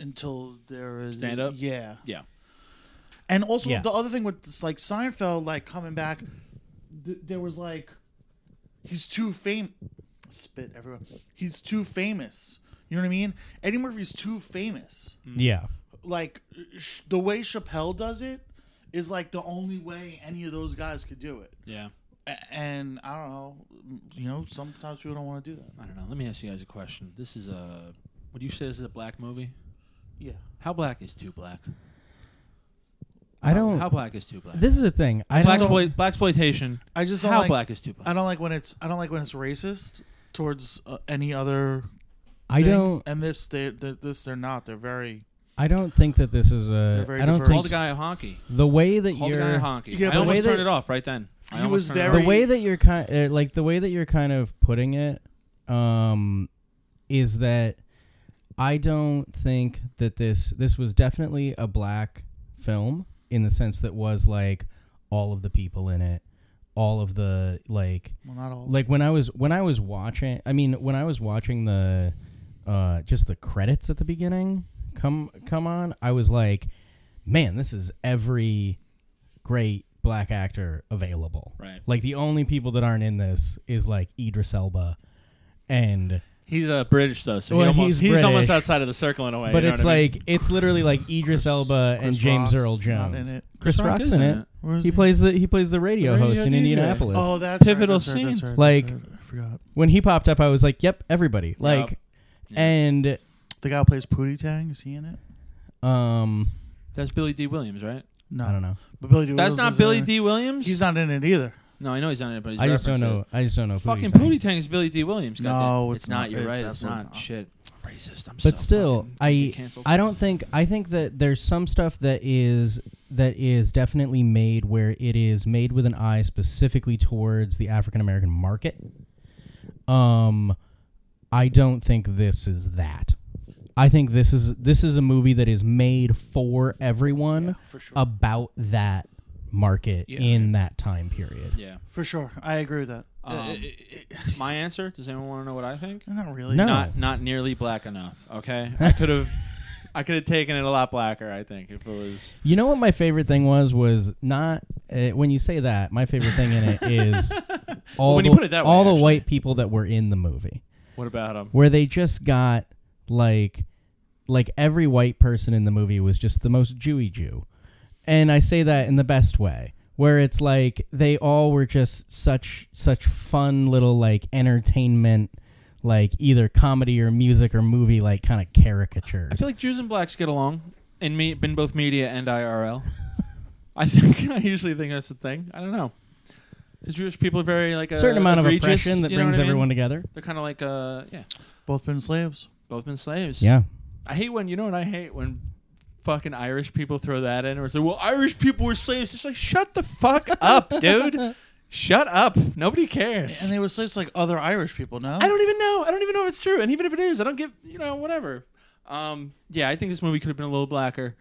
Speaker 4: until there is
Speaker 2: Stand up?
Speaker 4: Yeah.
Speaker 2: yeah.
Speaker 4: And also
Speaker 3: Yeah.
Speaker 4: the other thing with this, like Seinfeld, like coming back, th- there was like, he's too famous. Spit everywhere. He's too famous. You know what I mean? Eddie Murphy's too famous.
Speaker 2: Mm.
Speaker 3: Yeah.
Speaker 4: Like sh- the way Chappelle does it is like the only way any of those guys could do it.
Speaker 2: Yeah.
Speaker 4: A- and I don't know. You know, sometimes people don't want to do that.
Speaker 2: I don't know. Let me ask you guys a question. This is a. Would you say this is a black movie?
Speaker 4: Yeah.
Speaker 2: How black is too black?
Speaker 3: I
Speaker 2: How-
Speaker 3: don't.
Speaker 2: How black is too black?
Speaker 3: this is the thing. I
Speaker 2: black
Speaker 3: don't,
Speaker 2: exploit, black exploitation.
Speaker 4: I just don't
Speaker 2: How
Speaker 4: like-
Speaker 2: black is too black?
Speaker 4: I don't like when it's. I don't like when it's racist towards uh, any other.
Speaker 3: I
Speaker 4: thing.
Speaker 3: don't.
Speaker 4: And this, they, they, this, they're not. They're very.
Speaker 3: I don't think that this is a.
Speaker 4: very
Speaker 3: I don't
Speaker 4: diverse.
Speaker 2: Call
Speaker 3: think
Speaker 2: the guy a honky.
Speaker 3: the way that
Speaker 2: Call the guy a
Speaker 3: you're
Speaker 2: honky.
Speaker 4: Yeah,
Speaker 2: I
Speaker 4: but-
Speaker 2: almost
Speaker 3: the way
Speaker 2: turned
Speaker 3: that-
Speaker 2: it off right then. I
Speaker 4: He
Speaker 2: almost
Speaker 4: was
Speaker 2: turned it
Speaker 4: very-
Speaker 2: off.
Speaker 3: the way that you're kind uh, like the way that you're kind of putting it, um, is that I don't think that this this was definitely a black film in the sense that was like all of the people in it, all of the like
Speaker 4: Well, not all.
Speaker 3: like when I was when I was watching. I mean, when I was watching the uh, just the credits at the beginning come come on, I was like, man, this is every great black actor available.
Speaker 2: Right.
Speaker 3: Like the only people that aren't in this is like Idris Elba and
Speaker 2: He's uh, British though, so
Speaker 3: Well,
Speaker 2: he almost,
Speaker 3: he's
Speaker 2: he's, almost
Speaker 3: British.
Speaker 2: outside of the circle in a way. Oh,
Speaker 3: but
Speaker 2: you know
Speaker 3: it's
Speaker 2: what I mean?
Speaker 3: like it's literally like Idris Elba and
Speaker 4: Chris
Speaker 3: James
Speaker 4: Rock's
Speaker 3: Earl
Speaker 4: Not in
Speaker 3: Jones.
Speaker 4: it.
Speaker 3: Chris,
Speaker 2: Rock
Speaker 3: Rock's
Speaker 2: is
Speaker 3: in
Speaker 2: in
Speaker 3: it.
Speaker 4: Where is
Speaker 3: He
Speaker 4: he?
Speaker 3: plays the he plays the radio,
Speaker 2: The radio
Speaker 3: host in
Speaker 2: DJ.
Speaker 3: Indianapolis.
Speaker 4: Oh, that's right,
Speaker 2: Pivotal
Speaker 4: that's right, that's
Speaker 2: scene.
Speaker 4: right, that's
Speaker 3: Like-
Speaker 4: right. I forgot.
Speaker 3: When he popped up, I was like, "Yep, everybody." Like,
Speaker 2: Yeah.
Speaker 3: and
Speaker 4: The guy who plays Pootie Tang is he in it?
Speaker 3: um,
Speaker 2: That's Billy D. Williams, right?
Speaker 4: No,
Speaker 3: I don't know.
Speaker 4: But Billy D.
Speaker 2: That's
Speaker 4: Williams
Speaker 2: not
Speaker 4: is
Speaker 2: Billy
Speaker 4: in it.
Speaker 2: D. Williams.
Speaker 4: He's not in it either.
Speaker 2: No, I know he's not in it, but he's
Speaker 3: I just don't
Speaker 2: referenced
Speaker 3: know.
Speaker 2: it.
Speaker 3: I just don't know.
Speaker 2: Fucking
Speaker 3: Pootie Tang.
Speaker 2: Pootie Tang is Billy D. Williams.
Speaker 4: No,
Speaker 2: goddamn.
Speaker 4: it's
Speaker 2: it's not.
Speaker 4: not.
Speaker 2: You're
Speaker 4: It's
Speaker 2: right. It's
Speaker 4: absolutely
Speaker 2: not.
Speaker 4: not.
Speaker 2: Shit. Racist. I'm so
Speaker 3: but still
Speaker 2: fucking-
Speaker 3: i
Speaker 2: get canceled.
Speaker 3: i don't think i think that there's some stuff that is that is definitely made where it is made with an eye specifically towards the african american market um i don't think this is that i think this is this is a movie that is made for everyone about that market in that time period
Speaker 2: Yeah.
Speaker 4: For sure, I agree with that.
Speaker 3: Uh,
Speaker 2: Um, my answer. Does anyone want to know what I think?
Speaker 4: Not really.
Speaker 3: No.
Speaker 2: Not not nearly black enough. Okay. I could have. I could have taken it a lot blacker. I think if it was.
Speaker 3: You know what my favorite thing was was not uh, when you say that. My favorite thing in it is all
Speaker 2: When
Speaker 3: the,
Speaker 2: you put it that way,
Speaker 3: all the
Speaker 2: actually.
Speaker 3: white people that were in the movie,
Speaker 2: What about him?
Speaker 3: where they just got like like every white person in the movie was just the most Jewy Jew, and I say that in the best way, where it's like they all were just such such fun little like entertainment. Like either comedy or music or movie, like kind of caricatures.
Speaker 2: I feel like Jews and blacks get along in me in both media and IRL. I think I usually think that's the thing. I don't know. The Jewish people are very like a
Speaker 3: certain amount of
Speaker 2: uh, egregious,
Speaker 3: oppression that
Speaker 2: you know
Speaker 3: brings
Speaker 2: what I mean?
Speaker 3: everyone together.
Speaker 2: They're kind of like uh yeah,
Speaker 4: Both been slaves.
Speaker 2: both been slaves.
Speaker 3: Yeah,
Speaker 2: I hate when you know what I hate when fucking Irish people throw that in or say, "Well, Irish people were slaves." It's like, "Shut the fuck up, dude. Shut up. Nobody cares."
Speaker 4: And they were slaves like other Irish people, no?
Speaker 2: I don't even know. I don't even know if it's true. And even if it is, I don't give you know whatever. Um, yeah, I think this movie could have been a little blacker.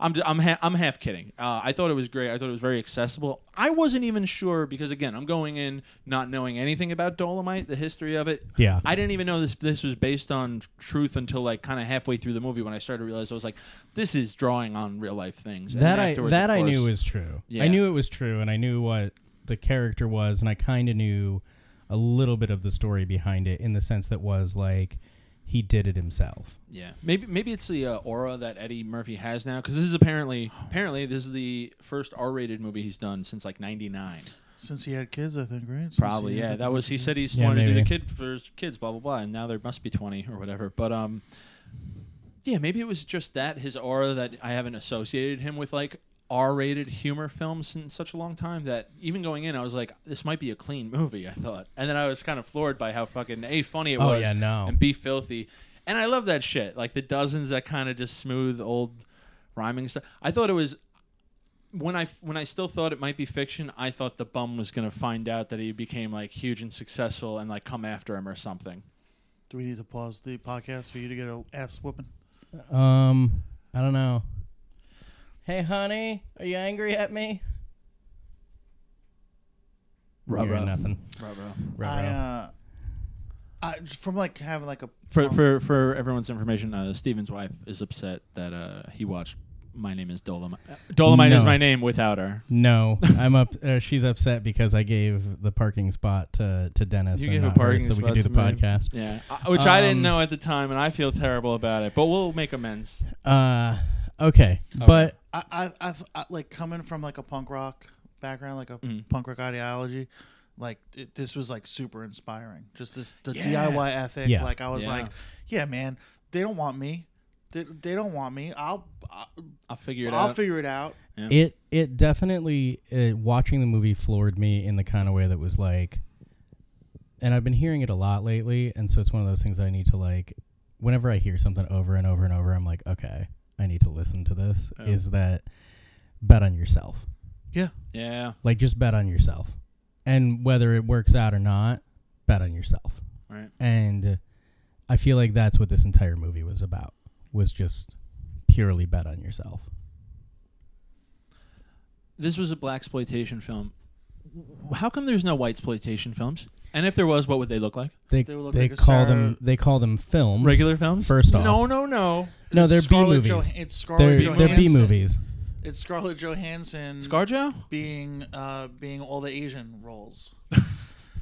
Speaker 2: I'm I'm ha- I'm half kidding. Uh, I thought it was great. I thought it was very accessible. I wasn't even sure because again, I'm going in not knowing anything about Dolomite, the history of it.
Speaker 3: Yeah.
Speaker 2: I didn't even know this this was based on truth until like kind of halfway through the movie when I started to realize I was like, this is drawing on real life things. And
Speaker 3: that
Speaker 2: then
Speaker 3: I
Speaker 2: afterwards,
Speaker 3: that
Speaker 2: of
Speaker 3: I
Speaker 2: course-
Speaker 3: knew was true. I
Speaker 2: Yeah.
Speaker 3: knew it was true, and I knew what the character was, and I kind of knew a little bit of the story behind it in the sense that was like he did it himself.
Speaker 2: Yeah, maybe maybe it's the uh, aura that Eddie Murphy has now because this is apparently apparently this is the first R-rated movie he's done since like '99.
Speaker 4: Since he had kids, I think, right? Since
Speaker 2: Probably
Speaker 4: he
Speaker 2: yeah.
Speaker 4: had-
Speaker 2: That was he said he's
Speaker 3: Yeah,
Speaker 2: wanted to do the
Speaker 3: maybe.
Speaker 2: kid for his kids, blah blah blah, and now there must be 20 or whatever. But um, yeah, maybe it was just that his aura that I haven't associated him with like R-rated humor films in such a long time that even going in I was like this might be a clean movie I thought, and then I was kind of floored by how fucking a funny it
Speaker 3: Oh,
Speaker 2: was
Speaker 3: yeah, no.
Speaker 2: and be filthy. And I love that shit. Like the dozens that kind of just smooth old rhyming stuff. I thought it was when I when I still thought it might be fiction. I thought the bum was gonna find out that he became like huge and successful and like come after him or something.
Speaker 4: Do we need to pause the podcast for you to get a ass whooping?
Speaker 3: Um, I don't know. Hey, honey, are you angry at me? You're nothing.
Speaker 4: I,
Speaker 3: Ruh-roh.
Speaker 4: uh, I from like having like a
Speaker 2: For
Speaker 4: um,
Speaker 2: for for everyone's information, uh, Steven's wife is upset that uh, he watched. My name is Dolomite. Dolomite is
Speaker 3: No.
Speaker 2: my name without her.
Speaker 3: No, I'm up. Uh, she's upset because I gave the parking spot to to Dennis.
Speaker 2: You
Speaker 3: and
Speaker 2: gave a
Speaker 3: not her
Speaker 2: parking
Speaker 3: so we
Speaker 2: spot
Speaker 3: could do
Speaker 2: to
Speaker 3: the
Speaker 2: me.
Speaker 3: podcast.
Speaker 2: Yeah, I- Uh, which I didn't
Speaker 3: Um,
Speaker 2: know at the time, and I feel terrible about it. But we'll make amends.
Speaker 3: Uh, okay, but
Speaker 4: I, I, I, th- I like coming from like a punk rock background, like a punk rock ideology. Like it, this was like super inspiring. Just this the DIY ethic.
Speaker 3: Yeah.
Speaker 4: Like I was
Speaker 2: Yeah.
Speaker 4: like, yeah, man, they don't want me. They, they don't want me. I'll I'll,
Speaker 2: I'll figure it
Speaker 4: I'll
Speaker 2: out.
Speaker 4: figure it out.
Speaker 3: It it definitely uh, watching the movie floored me in the kind of way that was like, and I've been hearing it a lot lately, and so it's one of those things that I need to like. Whenever I hear something over and over and over, I'm like, okay, I need to listen to this. Is that bet on yourself?
Speaker 4: Yeah,
Speaker 2: yeah,
Speaker 3: Like just bet on yourself, and whether it works out or not, bet on yourself.
Speaker 2: right.
Speaker 3: And I feel like that's what this entire movie was about. Was just purely bet on yourself.
Speaker 2: this was a black exploitation film. How come there's no white exploitation films? And if there was, what would they look like?
Speaker 4: They
Speaker 3: They they,
Speaker 4: would look like a
Speaker 3: call
Speaker 4: Sarah-
Speaker 3: them they call them films.
Speaker 2: Regular films?
Speaker 3: First off,
Speaker 2: No, no, no.
Speaker 3: no, they're
Speaker 4: It's
Speaker 3: B
Speaker 4: Scarlett
Speaker 3: movies.
Speaker 4: Johan- it's
Speaker 3: they're
Speaker 4: Scarlett Johansson.
Speaker 3: they're B movies.
Speaker 4: It's Scarlett Johansson
Speaker 2: ScarJo?
Speaker 4: being uh being all the Asian roles.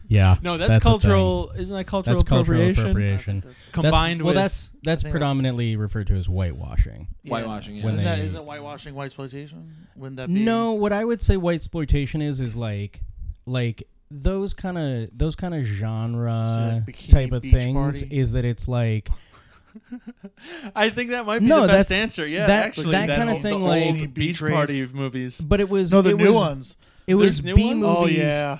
Speaker 3: Yeah.
Speaker 2: No, that's,
Speaker 3: a thing.
Speaker 2: cultural. Isn't that cultural
Speaker 3: That's cultural
Speaker 2: appropriation?
Speaker 3: appropriation.
Speaker 2: Combined
Speaker 3: that's, well,
Speaker 2: with
Speaker 3: that's that's
Speaker 4: I think that's-
Speaker 3: predominantly referred to as whitewashing.
Speaker 2: whitewashing. Yeah.
Speaker 3: When
Speaker 4: Isn't that
Speaker 3: they-
Speaker 4: isn't whitewashing white exploitation? Wouldn't that be
Speaker 3: No, what I would say white exploitation is is like like those kind of those kind of genre
Speaker 4: So, like, Bikini
Speaker 3: type of
Speaker 4: Beach
Speaker 3: things
Speaker 4: Party?
Speaker 3: is that it's like
Speaker 2: I think that might be
Speaker 3: No,
Speaker 2: the best
Speaker 3: that's-
Speaker 2: answer. Yeah,
Speaker 3: that-
Speaker 2: actually,
Speaker 3: that kinda
Speaker 2: old- the
Speaker 3: thing,
Speaker 2: old
Speaker 3: like-
Speaker 2: beach
Speaker 4: Beach
Speaker 2: party
Speaker 4: race.
Speaker 2: movies.
Speaker 3: but it was
Speaker 4: No, the
Speaker 3: it
Speaker 4: new
Speaker 3: was,
Speaker 4: ones.
Speaker 3: It was
Speaker 2: There's new
Speaker 3: B
Speaker 2: ones?
Speaker 3: movies.
Speaker 4: Oh yeah.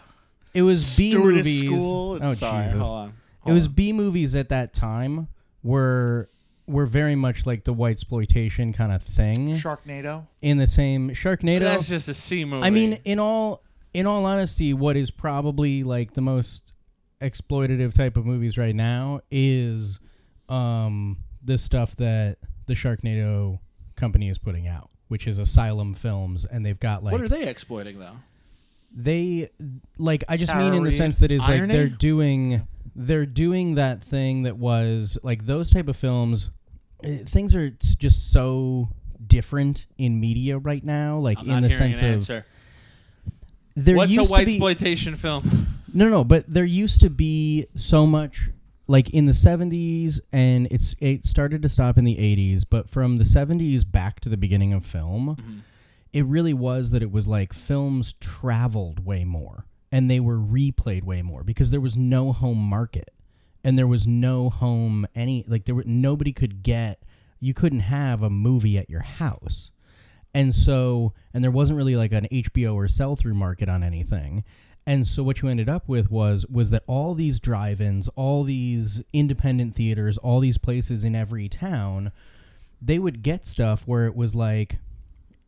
Speaker 3: It was B
Speaker 4: Stewardess
Speaker 3: movies.
Speaker 4: School and-
Speaker 3: oh
Speaker 2: Sorry,
Speaker 3: Jesus.
Speaker 2: hold on.
Speaker 3: it was B movies at that time were were very much like the white exploitation kind of thing
Speaker 4: Sharknado.
Speaker 3: in the same Sharknado.
Speaker 2: That's just a C movie.
Speaker 3: I mean, in all in all honesty, what is probably like the most exploitative type of movies right now is um the stuff that the Sharknado company is putting out, which is Asylum Films, and they've got like
Speaker 2: what are they exploiting though?
Speaker 3: they like I just mean in
Speaker 4: Cowrie,
Speaker 3: the sense that is like
Speaker 2: irony?
Speaker 3: they're doing they're doing that thing that was like those type of films eh, things are s- just so different in media right now like
Speaker 2: I'm
Speaker 3: in
Speaker 2: not
Speaker 3: the
Speaker 2: hearing
Speaker 3: sense
Speaker 2: an
Speaker 3: of
Speaker 2: answer.
Speaker 3: there
Speaker 2: What's a
Speaker 3: used
Speaker 2: white
Speaker 3: to be,
Speaker 2: exploitation film?
Speaker 3: no, no, but there used to be so much like in the 70s and it's it started to stop in the 80s, but from the 70s back to the beginning of film, it really was that it was like films traveled way more and they were replayed way more because there was no home market and there was no home any like there were nobody could get you couldn't have a movie at your house and so and there wasn't really like an HBO or sell through market on anything. And so what you ended up with was was that all these drive-ins, all these independent theaters, all these places in every town, they would get stuff where it was like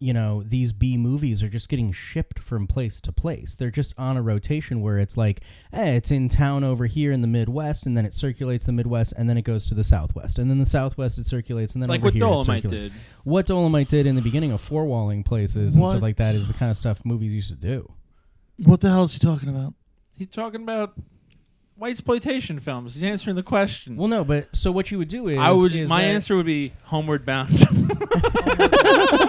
Speaker 3: you know, these B movies are just getting shipped from place to place. They're just on a rotation where it's like, eh, it's in town over here in the Midwest, and then it circulates the Midwest, and then it goes to the Southwest, and then the Southwest it circulates, and then
Speaker 2: Like
Speaker 3: over
Speaker 2: what
Speaker 3: here it
Speaker 2: Dolomite
Speaker 3: circulates.
Speaker 2: did.
Speaker 3: What Dolomite did in the beginning of four walling places and
Speaker 4: What?
Speaker 3: stuff like that is the kind of stuff movies used to do.
Speaker 4: What the hell is he talking about?
Speaker 2: He's talking about white exploitation films. He's answering the question.
Speaker 3: Well, no, but so what you would do is
Speaker 2: I would.
Speaker 3: is
Speaker 2: my
Speaker 3: that-
Speaker 2: answer would be Homeward Bound.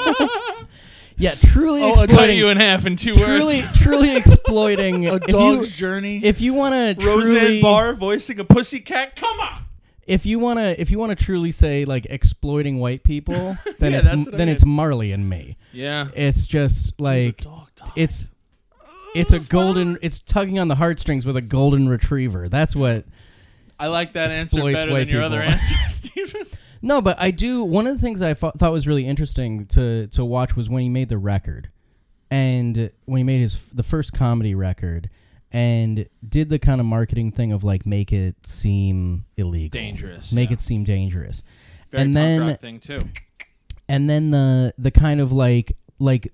Speaker 3: yeah, truly
Speaker 2: I'll Oh, cut
Speaker 3: exploiting,
Speaker 2: you in half in two
Speaker 3: truly,
Speaker 2: words.
Speaker 3: truly exploiting
Speaker 4: A
Speaker 3: if you-
Speaker 4: dog's journey.
Speaker 3: If you want to
Speaker 2: Roseanne Barr voicing a pussycat. Come on.
Speaker 3: if you want to if you want to truly say like exploiting white people then
Speaker 2: Yeah,
Speaker 3: it's
Speaker 2: that's
Speaker 3: then
Speaker 2: what I
Speaker 3: it's marley and me
Speaker 2: Yeah.
Speaker 3: it's just like
Speaker 4: dog died.
Speaker 3: it's
Speaker 2: Oh,
Speaker 3: it's a golden it's tugging on the heartstrings with a golden retriever that's what
Speaker 2: I like that answer
Speaker 3: Exploits
Speaker 2: better
Speaker 3: white
Speaker 2: than your other
Speaker 3: people.
Speaker 2: answer, Stephen.
Speaker 3: no but i do one of the things i fo- thought was really interesting to to watch was when he made the record and when he made his the first comedy record and did the kind of marketing thing of like make it seem illegal
Speaker 2: Dangerous,
Speaker 3: make
Speaker 2: yeah.
Speaker 3: it seem dangerous
Speaker 2: Very
Speaker 3: and
Speaker 2: punk
Speaker 3: then
Speaker 2: rock thing too.
Speaker 3: and then the the kind of like like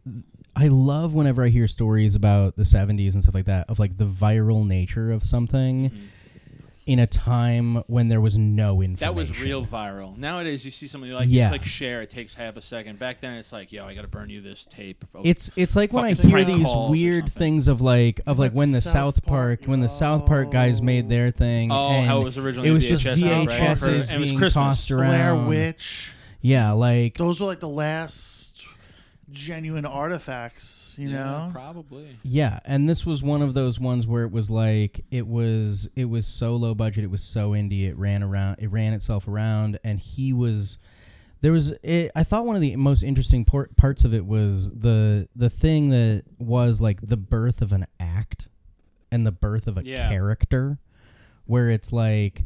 Speaker 3: I love whenever I hear stories about the 70s and stuff like that of like the viral nature of something
Speaker 2: Mm-hmm.
Speaker 3: in a time when there was no information.
Speaker 2: That was real viral. Nowadays, you see something like
Speaker 3: Yeah.
Speaker 2: you click share, it takes half a second. Back then, it's like, yo, I got to burn you this tape. Oh,
Speaker 3: It's it's like when I
Speaker 2: Fucking
Speaker 3: hear
Speaker 2: prank
Speaker 3: these
Speaker 2: calls or
Speaker 3: weird
Speaker 2: something.
Speaker 3: things of like of like
Speaker 4: that's
Speaker 3: when the
Speaker 4: South
Speaker 3: South
Speaker 4: Park.
Speaker 3: Park, when the South Park guys made their thing.
Speaker 2: Oh,
Speaker 3: and
Speaker 2: how it was originally
Speaker 3: It was
Speaker 2: VHS,
Speaker 3: just
Speaker 4: right? Or-
Speaker 3: VHSs
Speaker 2: and it was
Speaker 3: being
Speaker 2: Christmas.
Speaker 3: tossed
Speaker 4: Blair
Speaker 3: around.
Speaker 4: Witch.
Speaker 3: Yeah, like
Speaker 4: Those were like the last genuine artifacts, you know?
Speaker 2: probably.
Speaker 3: Yeah, and this was one of those ones where it was like it was it was so low budget, it was so indie, it ran around, it ran itself around, and he was there was it, I thought one of the most interesting por- parts of it was the the thing that was like the birth of an act and the birth of a
Speaker 2: Yeah.
Speaker 3: character, where it's like,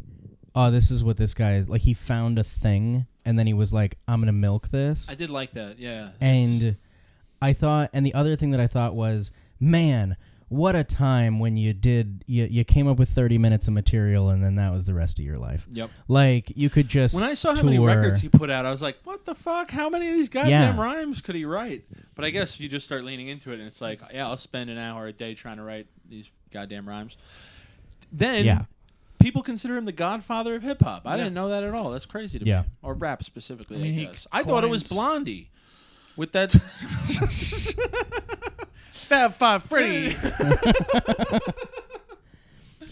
Speaker 3: oh, this is what this guy is like. He found a thing, and then he was like, I'm gonna milk this
Speaker 2: I did like that. Yeah. It's-
Speaker 3: and I thought, and the other thing that I thought was, man, what a time when you did you, you came up with thirty minutes of material, and then that was the rest of your life.
Speaker 2: Yep.
Speaker 3: Like you could just
Speaker 2: When I saw how many
Speaker 3: tour-
Speaker 2: records he put out, I was like, "What the fuck? How many of these goddamn
Speaker 3: Yeah.
Speaker 2: rhymes could he write?" But I guess you just start leaning into it, and it's like, "Yeah, I'll spend an hour a day trying to write these goddamn rhymes." Then,
Speaker 3: Yeah.
Speaker 2: people consider him the godfather of hip hop. I didn't know that at all. That's crazy to
Speaker 3: Yeah.
Speaker 2: me. Or rap specifically, I,
Speaker 4: mean, he
Speaker 2: guess. I thought it was
Speaker 4: coined-
Speaker 2: Blondie with that.
Speaker 4: Fab Five Freddy.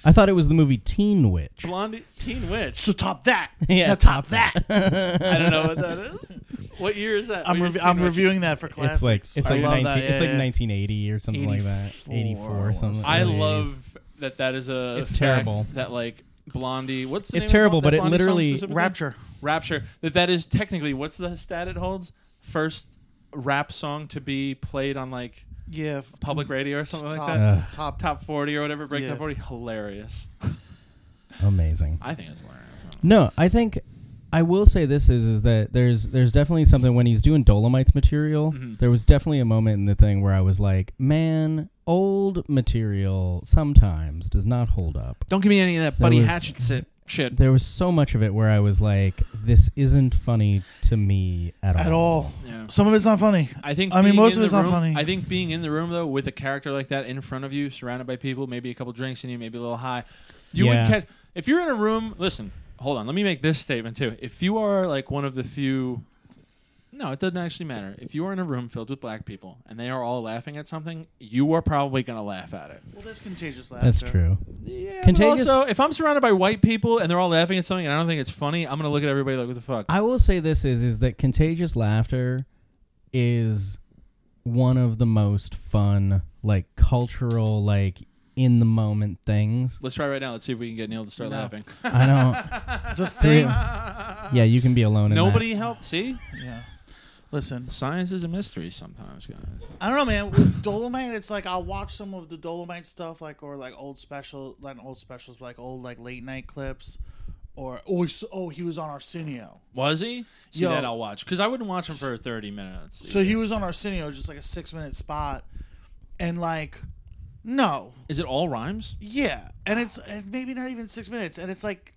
Speaker 3: I thought it was the movie Teen Witch.
Speaker 2: Blondie Teen Witch.
Speaker 4: so top that.
Speaker 3: Yeah,
Speaker 4: Now top that.
Speaker 2: I don't know what that is. What year is that?
Speaker 4: I'm,
Speaker 2: What year's
Speaker 4: rev- I'm
Speaker 2: Teen Witch?
Speaker 4: reviewing that for classics.
Speaker 3: It's like it's
Speaker 4: I
Speaker 3: like
Speaker 4: love
Speaker 3: 19,
Speaker 4: that.
Speaker 3: it's like
Speaker 4: Yeah, yeah.
Speaker 3: 1980 or something like that,
Speaker 4: 84
Speaker 3: 84 or
Speaker 4: or
Speaker 3: something.
Speaker 2: I
Speaker 3: early 80s.
Speaker 2: love that that is a
Speaker 3: It's
Speaker 2: fact
Speaker 3: terrible.
Speaker 2: that like Blondie what's the
Speaker 3: It's
Speaker 2: name of
Speaker 3: terrible,
Speaker 2: that
Speaker 3: but it
Speaker 2: Blondie song
Speaker 3: literally-
Speaker 2: specifically?
Speaker 4: Rapture.
Speaker 2: Rapture that that is technically what's the stat it holds first rap song to be played on like
Speaker 4: Yeah. f-
Speaker 2: public radio or something
Speaker 4: top,
Speaker 2: like that
Speaker 4: top, top.
Speaker 2: top 40 or whatever break
Speaker 4: Yeah.
Speaker 2: top 40 hilarious
Speaker 3: Amazing.
Speaker 2: I think it's hilarious
Speaker 3: No, I think I will say this is is that there's there's definitely something when he's doing Dolomites material. There was definitely a moment in the thing where I was like, man, old material sometimes does not hold up.
Speaker 2: don't give me any of that Buddy
Speaker 3: Buddy was-
Speaker 2: Hatchet shit
Speaker 3: There was so much of it where I was like, this isn't funny to me at all.
Speaker 4: At all.
Speaker 2: yeah.
Speaker 4: Some of it's not funny.
Speaker 2: I think.
Speaker 4: I mean,
Speaker 2: being
Speaker 4: most
Speaker 2: in
Speaker 4: of
Speaker 2: the
Speaker 4: it's not
Speaker 2: room-
Speaker 4: funny.
Speaker 2: I think being in the room though with a character like that in front of you, surrounded by people, maybe a couple drinks in you, maybe a little high, you
Speaker 3: Yeah.
Speaker 2: would catch. If you're in a room, listen. Hold on. Let me make this statement too. If you are like one of the few. No, it doesn't actually matter. If you are in a room filled with black people and they are all laughing at something, you are probably going to laugh at it.
Speaker 4: Well, there's contagious laughter.
Speaker 3: That's true.
Speaker 2: Yeah,
Speaker 3: Contagious-
Speaker 2: Contagious. Also, if I'm surrounded by white people and they're all laughing at something and I don't think it's funny, I'm going to look at everybody like, what the fuck?
Speaker 3: I will say this is is that contagious laughter is one of the most fun, like cultural, like in the moment things.
Speaker 2: Let's try right now. Let's see if we can get Neil to start laughing.
Speaker 3: I don't.
Speaker 4: The thing.
Speaker 3: Yeah, you can be alone. In
Speaker 2: Nobody helped. See?
Speaker 4: Yeah. Listen,
Speaker 2: Science is a mystery sometimes, guys.
Speaker 4: I don't know, man. With Dolomite, it's like I'll watch some of the Dolomite stuff, like or like old special, not old specials, but like old like late night clips, or oh, so, oh he was on Arsenio,
Speaker 2: Was he? See
Speaker 4: Yo.
Speaker 2: that I'll watch because I wouldn't watch him for thirty minutes.
Speaker 4: so he was on Arsenio, just like a six minute spot, and like, no,
Speaker 2: is it all rhymes?
Speaker 4: yeah, and it's and maybe not even six minutes, and it's like,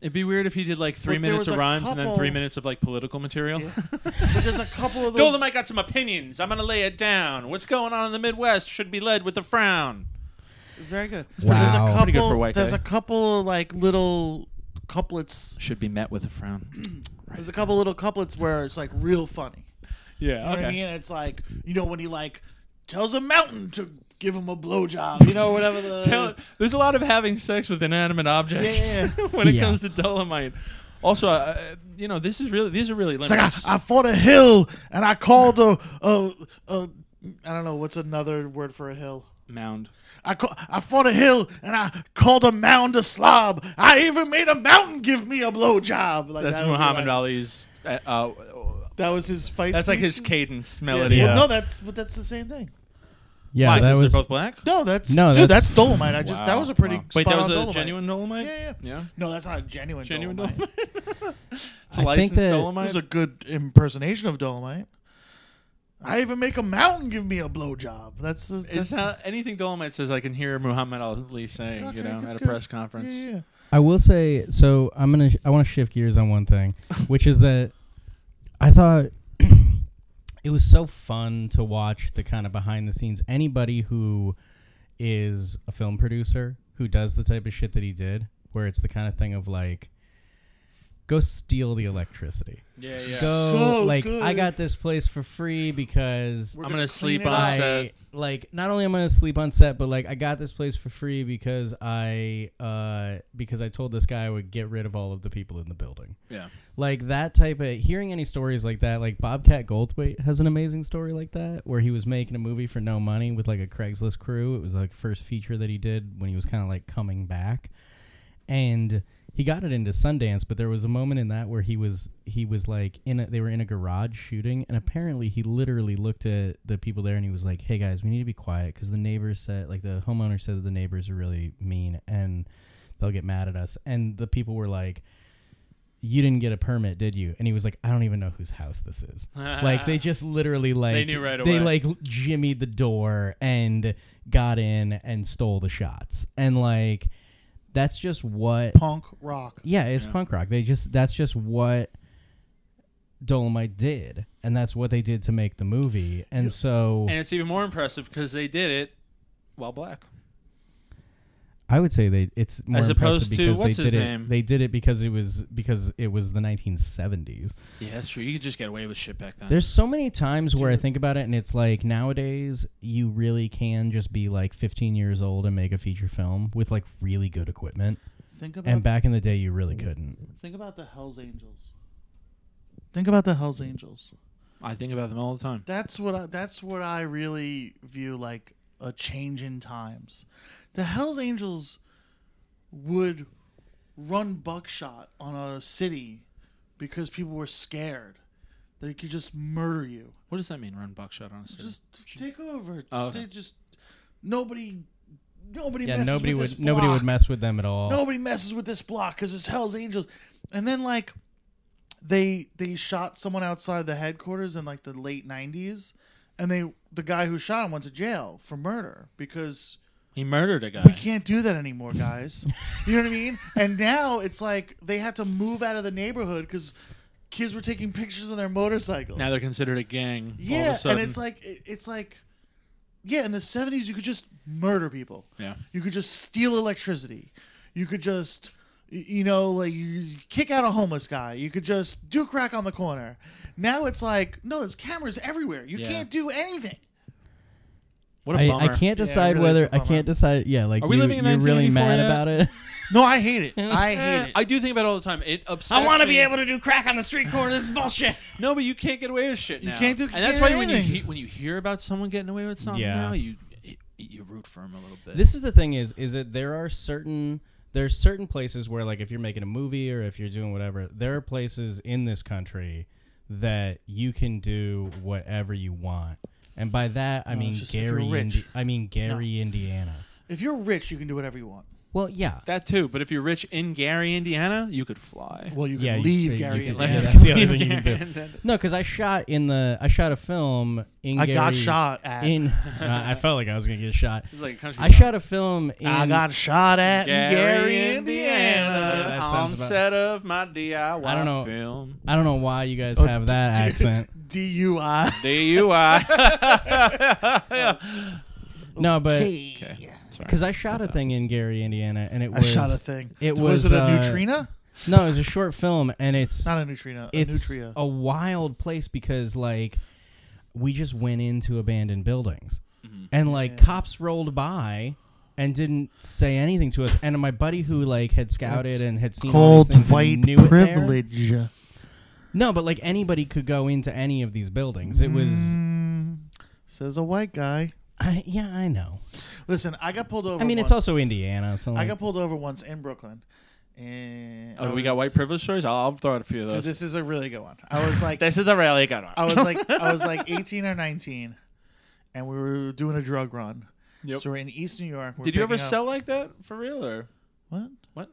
Speaker 2: It'd be weird if he did like three
Speaker 4: But there
Speaker 2: minutes
Speaker 4: was
Speaker 2: of
Speaker 4: a
Speaker 2: rhymes and then three
Speaker 4: couple-
Speaker 2: minutes of like political material.
Speaker 4: but there's a couple of those.
Speaker 2: Dolemite got some opinions. I'm gonna lay it down. What's going on in the Midwest should be led with a frown.
Speaker 4: Very good.
Speaker 3: Wow.
Speaker 4: There's a couple.
Speaker 2: Pretty good for White
Speaker 4: there's
Speaker 2: Day.
Speaker 4: a couple like little couplets.
Speaker 2: Should be met with a frown.
Speaker 4: There's a couple little couplets where it's like real funny.
Speaker 2: yeah.
Speaker 4: You know what I
Speaker 2: Okay.
Speaker 4: mean? It's like you know when he like tells a mountain to give him a blowjob, you know, whatever the
Speaker 2: Tell- There's a lot of having sex with inanimate objects
Speaker 4: Yeah,
Speaker 2: when it
Speaker 3: Yeah.
Speaker 2: comes to Dolomite. Also, uh, you know, this is really these are really
Speaker 4: It's like ah, I,
Speaker 2: limits.
Speaker 4: I fought a hill and I called a a, a I don't know what's another word for a hill.
Speaker 2: mound.
Speaker 4: I ca- I fought a hill and I called a mound a slob. I even made a mountain give me a blowjob. Like
Speaker 2: That's
Speaker 4: that would be
Speaker 2: Muhammad
Speaker 4: like,
Speaker 2: Ali's. Uh, uh,
Speaker 4: That was his fight.
Speaker 2: that's like his
Speaker 4: speech?
Speaker 2: cadence
Speaker 4: Yeah.
Speaker 2: melody.
Speaker 4: Well, no, that's but that's the same thing.
Speaker 3: Yeah,
Speaker 2: Why?
Speaker 3: that
Speaker 2: 'Cause
Speaker 3: was.
Speaker 2: they're both black.
Speaker 4: No, that's
Speaker 3: No,
Speaker 4: dude,
Speaker 3: that's-
Speaker 4: that's, Dolomite. I just that
Speaker 2: Ah, Wow.
Speaker 4: was a pretty
Speaker 2: Wait,
Speaker 4: spot
Speaker 2: that was
Speaker 4: on
Speaker 2: a
Speaker 4: Dolomite.
Speaker 2: genuine Dolomite.
Speaker 4: Yeah,
Speaker 2: yeah.
Speaker 4: No, that's not a genuine
Speaker 2: Genuine
Speaker 4: Dolomite.
Speaker 2: Dolomite. it's a
Speaker 3: I think
Speaker 2: licensed
Speaker 3: that-
Speaker 4: It was
Speaker 2: Dolomite.
Speaker 4: a good impersonation of Dolomite. I even make a mountain give me a blowjob. That's that's
Speaker 2: It's not anything Dolomite says. I can hear Muhammad Ali saying,
Speaker 4: Okay,
Speaker 2: you know,
Speaker 4: that's
Speaker 2: at a
Speaker 4: good.
Speaker 2: press conference.
Speaker 4: Yeah, yeah.
Speaker 3: I will say so. I'm gonna. I want to shift gears on one thing, which is that I thought it was so fun to watch the kind of behind the scenes. Anybody who is a film producer who does the type of shit that he did, where it's the kind of thing of like, go steal the electricity.
Speaker 2: Yeah, yeah.
Speaker 3: Go
Speaker 4: So
Speaker 3: like
Speaker 4: good.
Speaker 3: I got this place for free because
Speaker 2: I'm gonna
Speaker 4: clean
Speaker 2: sleep
Speaker 4: it
Speaker 2: on
Speaker 4: up.
Speaker 2: set.
Speaker 3: I like not only am I gonna sleep on set, but like I got this place for free because I uh because I told this guy I would get rid of all of the people in the building.
Speaker 2: Yeah.
Speaker 3: Like that type of hearing any stories like that, like Bobcat Goldthwait has an amazing story like that where he was making a movie for no money with like a Craigslist crew. It was like first feature that he did when he was kind of like coming back and he got it into Sundance, but there was a moment in that where he was he was like in a, they were in a garage shooting, and apparently he literally looked at the people there and he was like, "Hey guys, we need to be quiet because the neighbors said like the homeowner said that the neighbors are really mean and they'll get mad at us." And the people were like, "You didn't get a permit, did you?" And he was like, "I don't even know whose house this is." like they just literally like
Speaker 2: knew right
Speaker 3: they
Speaker 2: away.
Speaker 3: like like jimmied the door and got in and stole the shots and like that's just what
Speaker 4: Punk rock.
Speaker 3: yeah it's punk rock they just that's just what dolomite did and that's what they did to make the movie and so
Speaker 2: And it's even more impressive because they did it while black.
Speaker 3: i would say they it's more
Speaker 2: As
Speaker 3: impressive
Speaker 2: opposed to-
Speaker 3: because
Speaker 2: what's
Speaker 3: they
Speaker 2: his
Speaker 3: did
Speaker 2: name?
Speaker 3: it they did it because it was because it was the 1970s
Speaker 2: Yeah, that's true. You could just get away with shit back then.
Speaker 3: There's so many times where I think about it, and it's like nowadays you really can just be like 15 years old and make a feature film with like really good equipment.
Speaker 4: Think
Speaker 3: And
Speaker 4: about
Speaker 3: back in the day, you really couldn't.
Speaker 4: think about the Hell's Angels. Think about the Hell's Angels.
Speaker 2: I think about them all the time.
Speaker 4: That's what I, that's what I really view like a change in times. The Hell's Angels would run buckshot on a city because people were scared. They could just murder you.
Speaker 2: What does that mean? Run buckshot on a city?
Speaker 4: Just take over.
Speaker 2: Oh, okay.
Speaker 4: They just nobody nobody
Speaker 3: Yeah,
Speaker 4: messes
Speaker 3: nobody
Speaker 4: with
Speaker 3: would
Speaker 4: this
Speaker 3: nobody would
Speaker 4: block
Speaker 3: mess with them at all.
Speaker 4: nobody messes with this block because it's Hell's Angels. And then like they they shot someone outside the headquarters in like the late nineties, and they the guy who shot him went to jail for murder because
Speaker 2: he murdered a guy.
Speaker 4: we can't do that anymore, guys. you know what I mean? And now it's like they had to move out of the neighborhood because kids were taking pictures of their motorcycles.
Speaker 2: Now they're considered a gang.
Speaker 4: yeah,
Speaker 2: all of a sudden.
Speaker 4: and it's like it- it's like yeah, in the seventies you could just murder people.
Speaker 2: yeah,
Speaker 4: You could just steal electricity. You could just, y- you know, like you kick out a homeless guy. You could just do crack on the corner. Now it's like, no, there's cameras everywhere. You
Speaker 2: Yeah.
Speaker 4: can't do anything.
Speaker 2: what a
Speaker 3: I, I
Speaker 2: bummer.
Speaker 3: can't
Speaker 4: Yeah,
Speaker 3: decide
Speaker 4: really,
Speaker 3: whether
Speaker 4: it's a
Speaker 3: I
Speaker 4: bummer.
Speaker 3: can't decide. Yeah, like
Speaker 2: Are we
Speaker 3: you,
Speaker 2: living in
Speaker 3: you're really
Speaker 2: 1984
Speaker 3: mad
Speaker 2: yet?
Speaker 3: about it.
Speaker 4: No, I hate it. I hate it.
Speaker 2: Eh, I do think about it all the time. It upsets.
Speaker 5: I want to be
Speaker 2: me.
Speaker 5: able to do crack on the street corner. This is bullshit.
Speaker 2: No, but you can't get away with shit now.
Speaker 4: can't do-
Speaker 2: And that's
Speaker 4: can't
Speaker 2: why
Speaker 4: do
Speaker 2: when you
Speaker 4: anything.
Speaker 2: he, when you hear about someone getting away with something
Speaker 3: Yeah.
Speaker 2: now, you it, you root for him a little bit.
Speaker 3: this is the thing is is that there are certain there's certain places where like if you're making a movie or if you're doing whatever there are places in this country that you can do whatever you want and by that i
Speaker 4: No,
Speaker 3: mean
Speaker 4: it's just if you're
Speaker 3: gary
Speaker 4: rich.
Speaker 3: Indi- i mean gary indiana
Speaker 4: if you're rich, you can do whatever you want.
Speaker 3: well yeah
Speaker 2: that too. But if you're rich in Gary, Indiana, you could fly.
Speaker 4: Well, you can
Speaker 3: yeah, you-
Speaker 4: leave,
Speaker 3: you
Speaker 4: Gary.
Speaker 3: can-
Speaker 4: and
Speaker 3: yeah,
Speaker 4: Andy.
Speaker 3: that's the other thing you can do.
Speaker 2: And then-
Speaker 3: No, because I shot in the I shot a film in.
Speaker 4: I got
Speaker 3: Gary-
Speaker 4: shot at.
Speaker 3: in. I I felt like I was gonna get shot.
Speaker 2: It's like a country
Speaker 3: I
Speaker 2: song.
Speaker 3: shot a film in.
Speaker 4: I got shot at in
Speaker 2: Gary,
Speaker 4: Gary, Indiana.
Speaker 2: Indiana,
Speaker 3: That
Speaker 2: on
Speaker 3: sounds about-
Speaker 2: set of my DIY
Speaker 3: I don't know.
Speaker 2: film.
Speaker 3: I don't know why you guys
Speaker 4: Oh,
Speaker 3: have that accent.
Speaker 4: DUI.
Speaker 2: DUI.
Speaker 3: No, but
Speaker 2: okay. Sorry.
Speaker 3: Because I shot a thing in Gary, Indiana, and it
Speaker 4: I
Speaker 3: was
Speaker 4: shot a thing.
Speaker 3: it
Speaker 4: was, it
Speaker 3: was,
Speaker 4: a
Speaker 3: uh,
Speaker 4: neutrina?
Speaker 3: no, it was a short film, and it's
Speaker 4: Not a neutrina. A
Speaker 3: it's
Speaker 4: nutria.
Speaker 3: a wild place because like we just went into abandoned buildings,
Speaker 2: Mm-hmm.
Speaker 3: and like cops rolled by and didn't say anything to us. And my buddy who like had scouted
Speaker 4: That's
Speaker 3: and had seen all
Speaker 4: Called
Speaker 3: these things and
Speaker 4: white
Speaker 3: knew it there-
Speaker 4: privilege.
Speaker 3: No, but like anybody could go into any of these buildings. It was
Speaker 4: Mm, says a white guy.
Speaker 3: I, yeah, I know.
Speaker 4: Listen, I got pulled over.
Speaker 3: I mean, it's
Speaker 4: once.
Speaker 3: also Indiana, so
Speaker 4: I
Speaker 3: like,
Speaker 4: got pulled over once in Brooklyn, and
Speaker 2: Oh,
Speaker 4: I
Speaker 2: we got
Speaker 4: was-
Speaker 2: white privilege stories. I'll, I'll throw out a few of
Speaker 4: Dude,
Speaker 2: those. Oh,
Speaker 4: this is a really good one. I was like,
Speaker 2: This is a really good one.
Speaker 4: I was like, I was like eighteen or nineteen, and we were doing a drug run.
Speaker 2: Yep.
Speaker 4: So we're in East New York. We're
Speaker 2: Did you ever
Speaker 4: picking up-
Speaker 2: sell like that for real or
Speaker 4: what?
Speaker 2: what?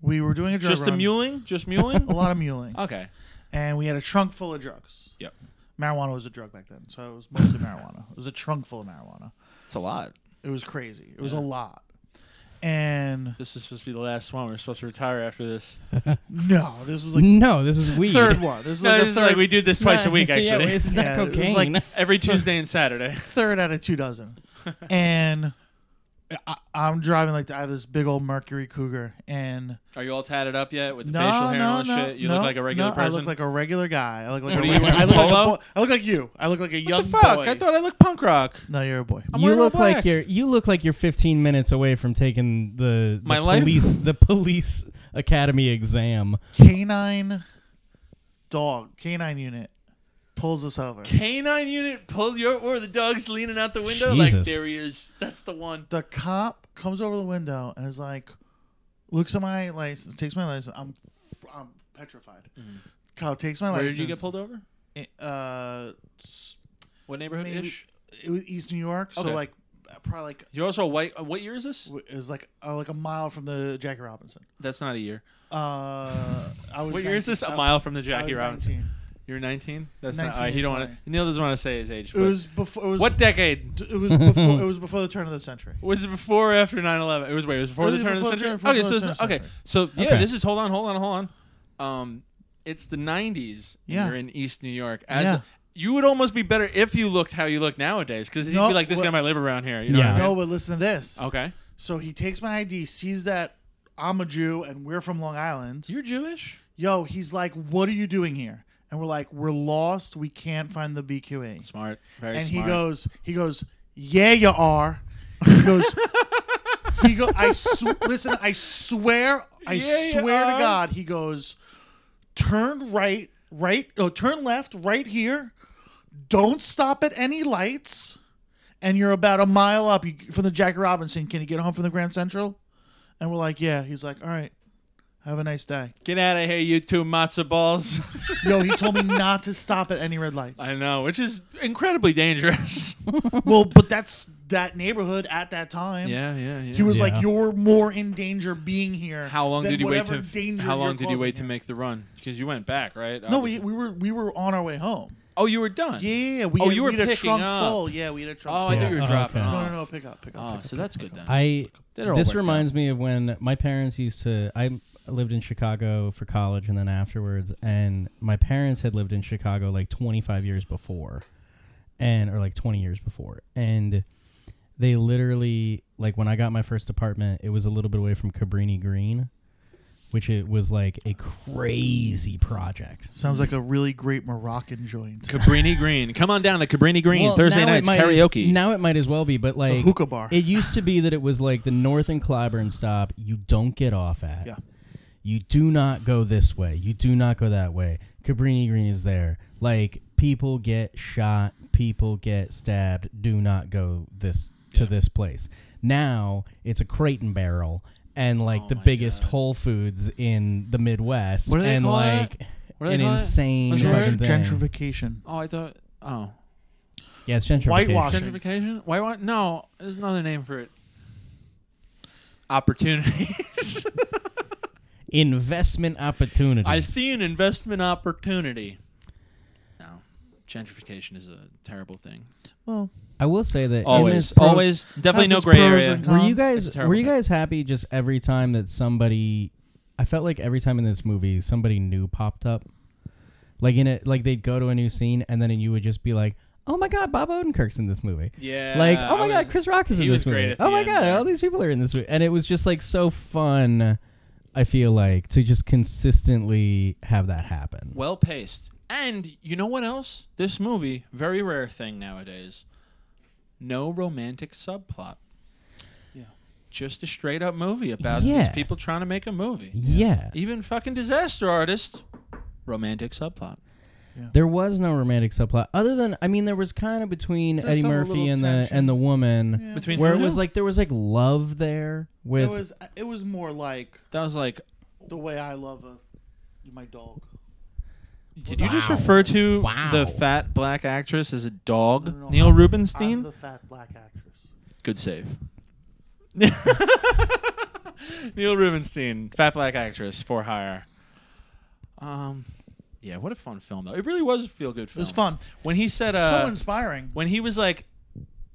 Speaker 4: We were doing a drug
Speaker 2: Just
Speaker 4: run.
Speaker 2: a muling? Just
Speaker 4: a
Speaker 2: muling?
Speaker 4: lot of muling,
Speaker 2: okay.
Speaker 4: and we had a trunk full of drugs.
Speaker 2: Yep.
Speaker 4: Marijuana was a drug back then, so it was mostly marijuana. It was a trunk full of marijuana.
Speaker 2: It's a lot.
Speaker 4: It was crazy. It was a lot. And
Speaker 2: This is supposed to be the last one. We're supposed to retire after this.
Speaker 4: no, this was like
Speaker 3: no, this is weed.
Speaker 4: third one. This was
Speaker 2: No,
Speaker 4: like, the
Speaker 2: this is
Speaker 4: third,
Speaker 2: like we do this twice a week,
Speaker 3: Yeah,
Speaker 2: actually.
Speaker 3: it's not
Speaker 4: Yeah, it was
Speaker 3: cocaine.
Speaker 4: like
Speaker 2: Every Tuesday and Saturday.
Speaker 4: third out of two dozen. and I, I'm driving like I have this big old Mercury Cougar, and
Speaker 2: Are you all tatted up yet with the
Speaker 4: no,
Speaker 2: facial hair
Speaker 4: no,
Speaker 2: and all
Speaker 4: no,
Speaker 2: that shit? You
Speaker 4: no,
Speaker 2: look like a regular
Speaker 4: no,
Speaker 2: person.
Speaker 4: I look like a regular guy. I look
Speaker 2: What
Speaker 4: like a
Speaker 2: are you,
Speaker 4: regular,
Speaker 2: wearing
Speaker 4: I look like
Speaker 2: polo?
Speaker 4: a boy. I look like you. I look like a young
Speaker 2: what the fuck?
Speaker 4: boy.
Speaker 2: I thought I looked punk rock.
Speaker 4: no, you're a boy.
Speaker 2: I'm
Speaker 3: you
Speaker 2: wearing all
Speaker 3: look like
Speaker 2: black.
Speaker 3: you're you look like you're 15 minutes away from taking the, the
Speaker 2: My life?
Speaker 3: police the police academy exam.
Speaker 4: Canine dog, canine unit pulls us over.
Speaker 2: canine unit pull your or the dog's leaning out the window like
Speaker 3: Jesus.
Speaker 2: there he is that's the one
Speaker 4: the cop comes over the window and is like, looks at my license, takes my license. I'm, I'm petrified. Cop takes my
Speaker 2: Mm-hmm. where
Speaker 4: license.
Speaker 2: did you get pulled over
Speaker 4: It, uh, s-
Speaker 2: what neighborhood
Speaker 4: maybe,
Speaker 2: ish
Speaker 4: it was East New York, so
Speaker 2: Okay.
Speaker 4: like probably like
Speaker 2: you're also a white uh, what year is this
Speaker 4: it was like uh, like a mile from the Jackie Robinson.
Speaker 2: that's not a year
Speaker 4: Uh, I was
Speaker 2: what year is
Speaker 4: 19
Speaker 2: this a
Speaker 4: I-
Speaker 2: mile from the
Speaker 4: I
Speaker 2: jackie
Speaker 4: was
Speaker 2: robinson
Speaker 4: 19.
Speaker 2: you're 19 that's not
Speaker 4: 19
Speaker 2: uh, he
Speaker 4: or
Speaker 2: don't want
Speaker 4: 20.
Speaker 2: to neil doesn't want to say his age
Speaker 4: It
Speaker 2: but-
Speaker 4: was before. It was
Speaker 2: what decade
Speaker 4: It was before. It was before the turn of the century.
Speaker 2: was it before or after 9-11 it was wait it was before
Speaker 4: It
Speaker 2: the
Speaker 4: was
Speaker 2: turn of the
Speaker 4: before the
Speaker 2: century
Speaker 4: turn-
Speaker 2: okay
Speaker 4: before
Speaker 2: so
Speaker 4: the
Speaker 2: this,
Speaker 4: turn of
Speaker 2: okay
Speaker 4: the
Speaker 2: so yeah
Speaker 3: Okay.
Speaker 2: this is hold on hold on hold on um it's the 90s and
Speaker 4: Yeah.
Speaker 2: you're in east new york as
Speaker 4: Yeah.
Speaker 2: you would almost be better if you looked how you look nowadays because he'd
Speaker 4: No,
Speaker 2: be like this
Speaker 4: what-
Speaker 2: guy might live around here you know
Speaker 3: Yeah.
Speaker 2: what I mean?
Speaker 4: No, but listen to this.
Speaker 2: okay
Speaker 4: So he takes my ID, sees that I'm a Jew and we're from Long Island.
Speaker 2: You're Jewish?
Speaker 4: yo, he's like, what are you doing here? And we're like, we're lost. We can't find the BQE.
Speaker 2: Smart. Very
Speaker 4: and
Speaker 2: smart.
Speaker 4: he goes, he goes, yeah, you are. He goes, he go. I sw- listen. I swear, I
Speaker 2: Yeah, you
Speaker 4: swear to
Speaker 2: are.
Speaker 4: God, he goes, turn right, right, no, turn left, right here. Don't stop at any lights. and you're about a mile up you- from the Jackie Robinson. Can you get home from the Grand Central? And we're like, yeah. He's like, all right. Have a nice day.
Speaker 2: Get out of here, you two matzo balls.
Speaker 4: Yo, he told me not to stop at any red lights.
Speaker 2: I know, which is incredibly dangerous.
Speaker 4: Well, but that's that neighborhood at that time.
Speaker 2: yeah, yeah, yeah.
Speaker 4: He was
Speaker 3: Yeah.
Speaker 4: like, "You're more in danger being here."
Speaker 2: how long
Speaker 4: than
Speaker 2: did you wait
Speaker 4: whatever
Speaker 2: to?
Speaker 4: Danger
Speaker 2: How
Speaker 4: you're
Speaker 2: long did you
Speaker 4: causing
Speaker 2: wait to
Speaker 4: here."
Speaker 2: make the run? Because you went back, right?
Speaker 4: No, we, we were we were on our way home.
Speaker 2: Oh, you were done.
Speaker 4: Yeah, we
Speaker 2: Oh,
Speaker 4: had,
Speaker 2: you were
Speaker 4: we had a
Speaker 2: picking
Speaker 4: trunk
Speaker 2: up.
Speaker 4: full. Yeah, we had a trunk.
Speaker 2: Oh,
Speaker 4: full.
Speaker 2: I thought you were
Speaker 3: Yeah,
Speaker 2: dropping.
Speaker 3: okay.
Speaker 2: off.
Speaker 4: No, no, no, pick up, pick up.
Speaker 2: Oh,
Speaker 4: pick up,
Speaker 2: so
Speaker 4: pick
Speaker 2: that's
Speaker 4: up,
Speaker 2: good
Speaker 4: pick
Speaker 2: then.
Speaker 4: up.
Speaker 3: I
Speaker 2: That all
Speaker 3: this
Speaker 2: worked
Speaker 3: reminds me of when my parents used to. I lived in Chicago for college and then afterwards, and my parents had lived in Chicago like 25 years before, and or like 20 years before, and they literally like when I got my first apartment, it was a little bit away from Cabrini Green, which it was like a crazy project.
Speaker 4: Sounds like a really great Moroccan joint.
Speaker 2: Cabrini Green. Come on down to Cabrini Green
Speaker 3: Well,
Speaker 2: Thursday
Speaker 3: now it
Speaker 2: nights
Speaker 3: might as-
Speaker 2: karaoke.
Speaker 3: now it might as well be, but like
Speaker 4: hookah bar.
Speaker 3: It used to be that it was like the North and Clyburn stop. You don't get off at.
Speaker 4: Yeah.
Speaker 3: You do not go this way. You do not go that way. Cabrini Green is there. Like people get shot. People get stabbed. Do not go this to this place. Now it's a crate and barrel and like the biggest Whole Foods in the Midwest.
Speaker 2: Oh What do they
Speaker 3: and
Speaker 2: call that?
Speaker 3: like
Speaker 2: What do they
Speaker 3: an
Speaker 2: call it?
Speaker 3: insane
Speaker 2: What's the
Speaker 3: fucking
Speaker 2: word?
Speaker 3: thing.
Speaker 4: Gentrification.
Speaker 2: oh, I thought. Oh,
Speaker 3: Yeah, it's gentrification.
Speaker 4: Whitewash. Shame.
Speaker 2: gentrification. Why? Why? No, there's another name for it. Opportunities.
Speaker 3: Investment opportunities.
Speaker 2: I see an investment opportunity. No, gentrification is a terrible thing.
Speaker 4: Well,
Speaker 3: I will say that in
Speaker 2: Always,
Speaker 3: this pros-
Speaker 2: always, definitely
Speaker 4: has
Speaker 2: no
Speaker 4: its
Speaker 2: gray
Speaker 4: pros
Speaker 2: area.
Speaker 4: and cons.
Speaker 3: Were you
Speaker 2: It's
Speaker 3: guys
Speaker 2: a
Speaker 3: were you
Speaker 2: terrible
Speaker 3: guys happy just every time that somebody? I felt like every time in this movie somebody new popped up, like in it, like they'd go to a new scene and then you would just be like, "Oh my god, Bob Odenkirk's in this movie."
Speaker 2: Yeah,
Speaker 3: like oh my
Speaker 2: I
Speaker 3: god,
Speaker 2: was-
Speaker 3: Chris Rock is
Speaker 2: he
Speaker 3: in
Speaker 2: was
Speaker 3: this movie.
Speaker 2: great at
Speaker 3: oh
Speaker 2: the
Speaker 3: my
Speaker 2: end
Speaker 3: god,
Speaker 2: there.
Speaker 3: all these people are in this movie, and it was just like so fun. I feel like to just consistently have that happen.
Speaker 2: well paced. And you know what else? This movie, very rare thing nowadays. No romantic subplot.
Speaker 4: Yeah.
Speaker 2: Just a straight up movie about these
Speaker 3: Yeah.
Speaker 2: people trying to make a movie.
Speaker 3: yeah.
Speaker 2: Even fucking disaster artist, romantic subplot.
Speaker 3: There was no romantic subplot other than I mean there was kind of between Eddie
Speaker 4: some
Speaker 3: Murphy
Speaker 4: little
Speaker 3: and the
Speaker 4: tension.
Speaker 3: and the woman
Speaker 2: Between
Speaker 3: where
Speaker 2: who
Speaker 3: it
Speaker 2: and
Speaker 3: was
Speaker 2: who?
Speaker 3: like there was like love there
Speaker 4: it
Speaker 3: with
Speaker 4: was it was more like
Speaker 2: That was like,
Speaker 4: the way I love a, my dog.
Speaker 2: did you just refer to
Speaker 3: Wow.
Speaker 2: the fat black actress as a dog?
Speaker 4: no, no,
Speaker 2: Neil
Speaker 4: I'm-
Speaker 2: Rubinstein?
Speaker 4: I'm the fat black actress.
Speaker 2: Good save. Neil Rubenstein, fat black actress for hire. Um, yeah, what a fun film though. It really was a feel good
Speaker 4: It
Speaker 2: film.
Speaker 4: was fun.
Speaker 2: when he said uh,
Speaker 4: so inspiring.
Speaker 2: when he was like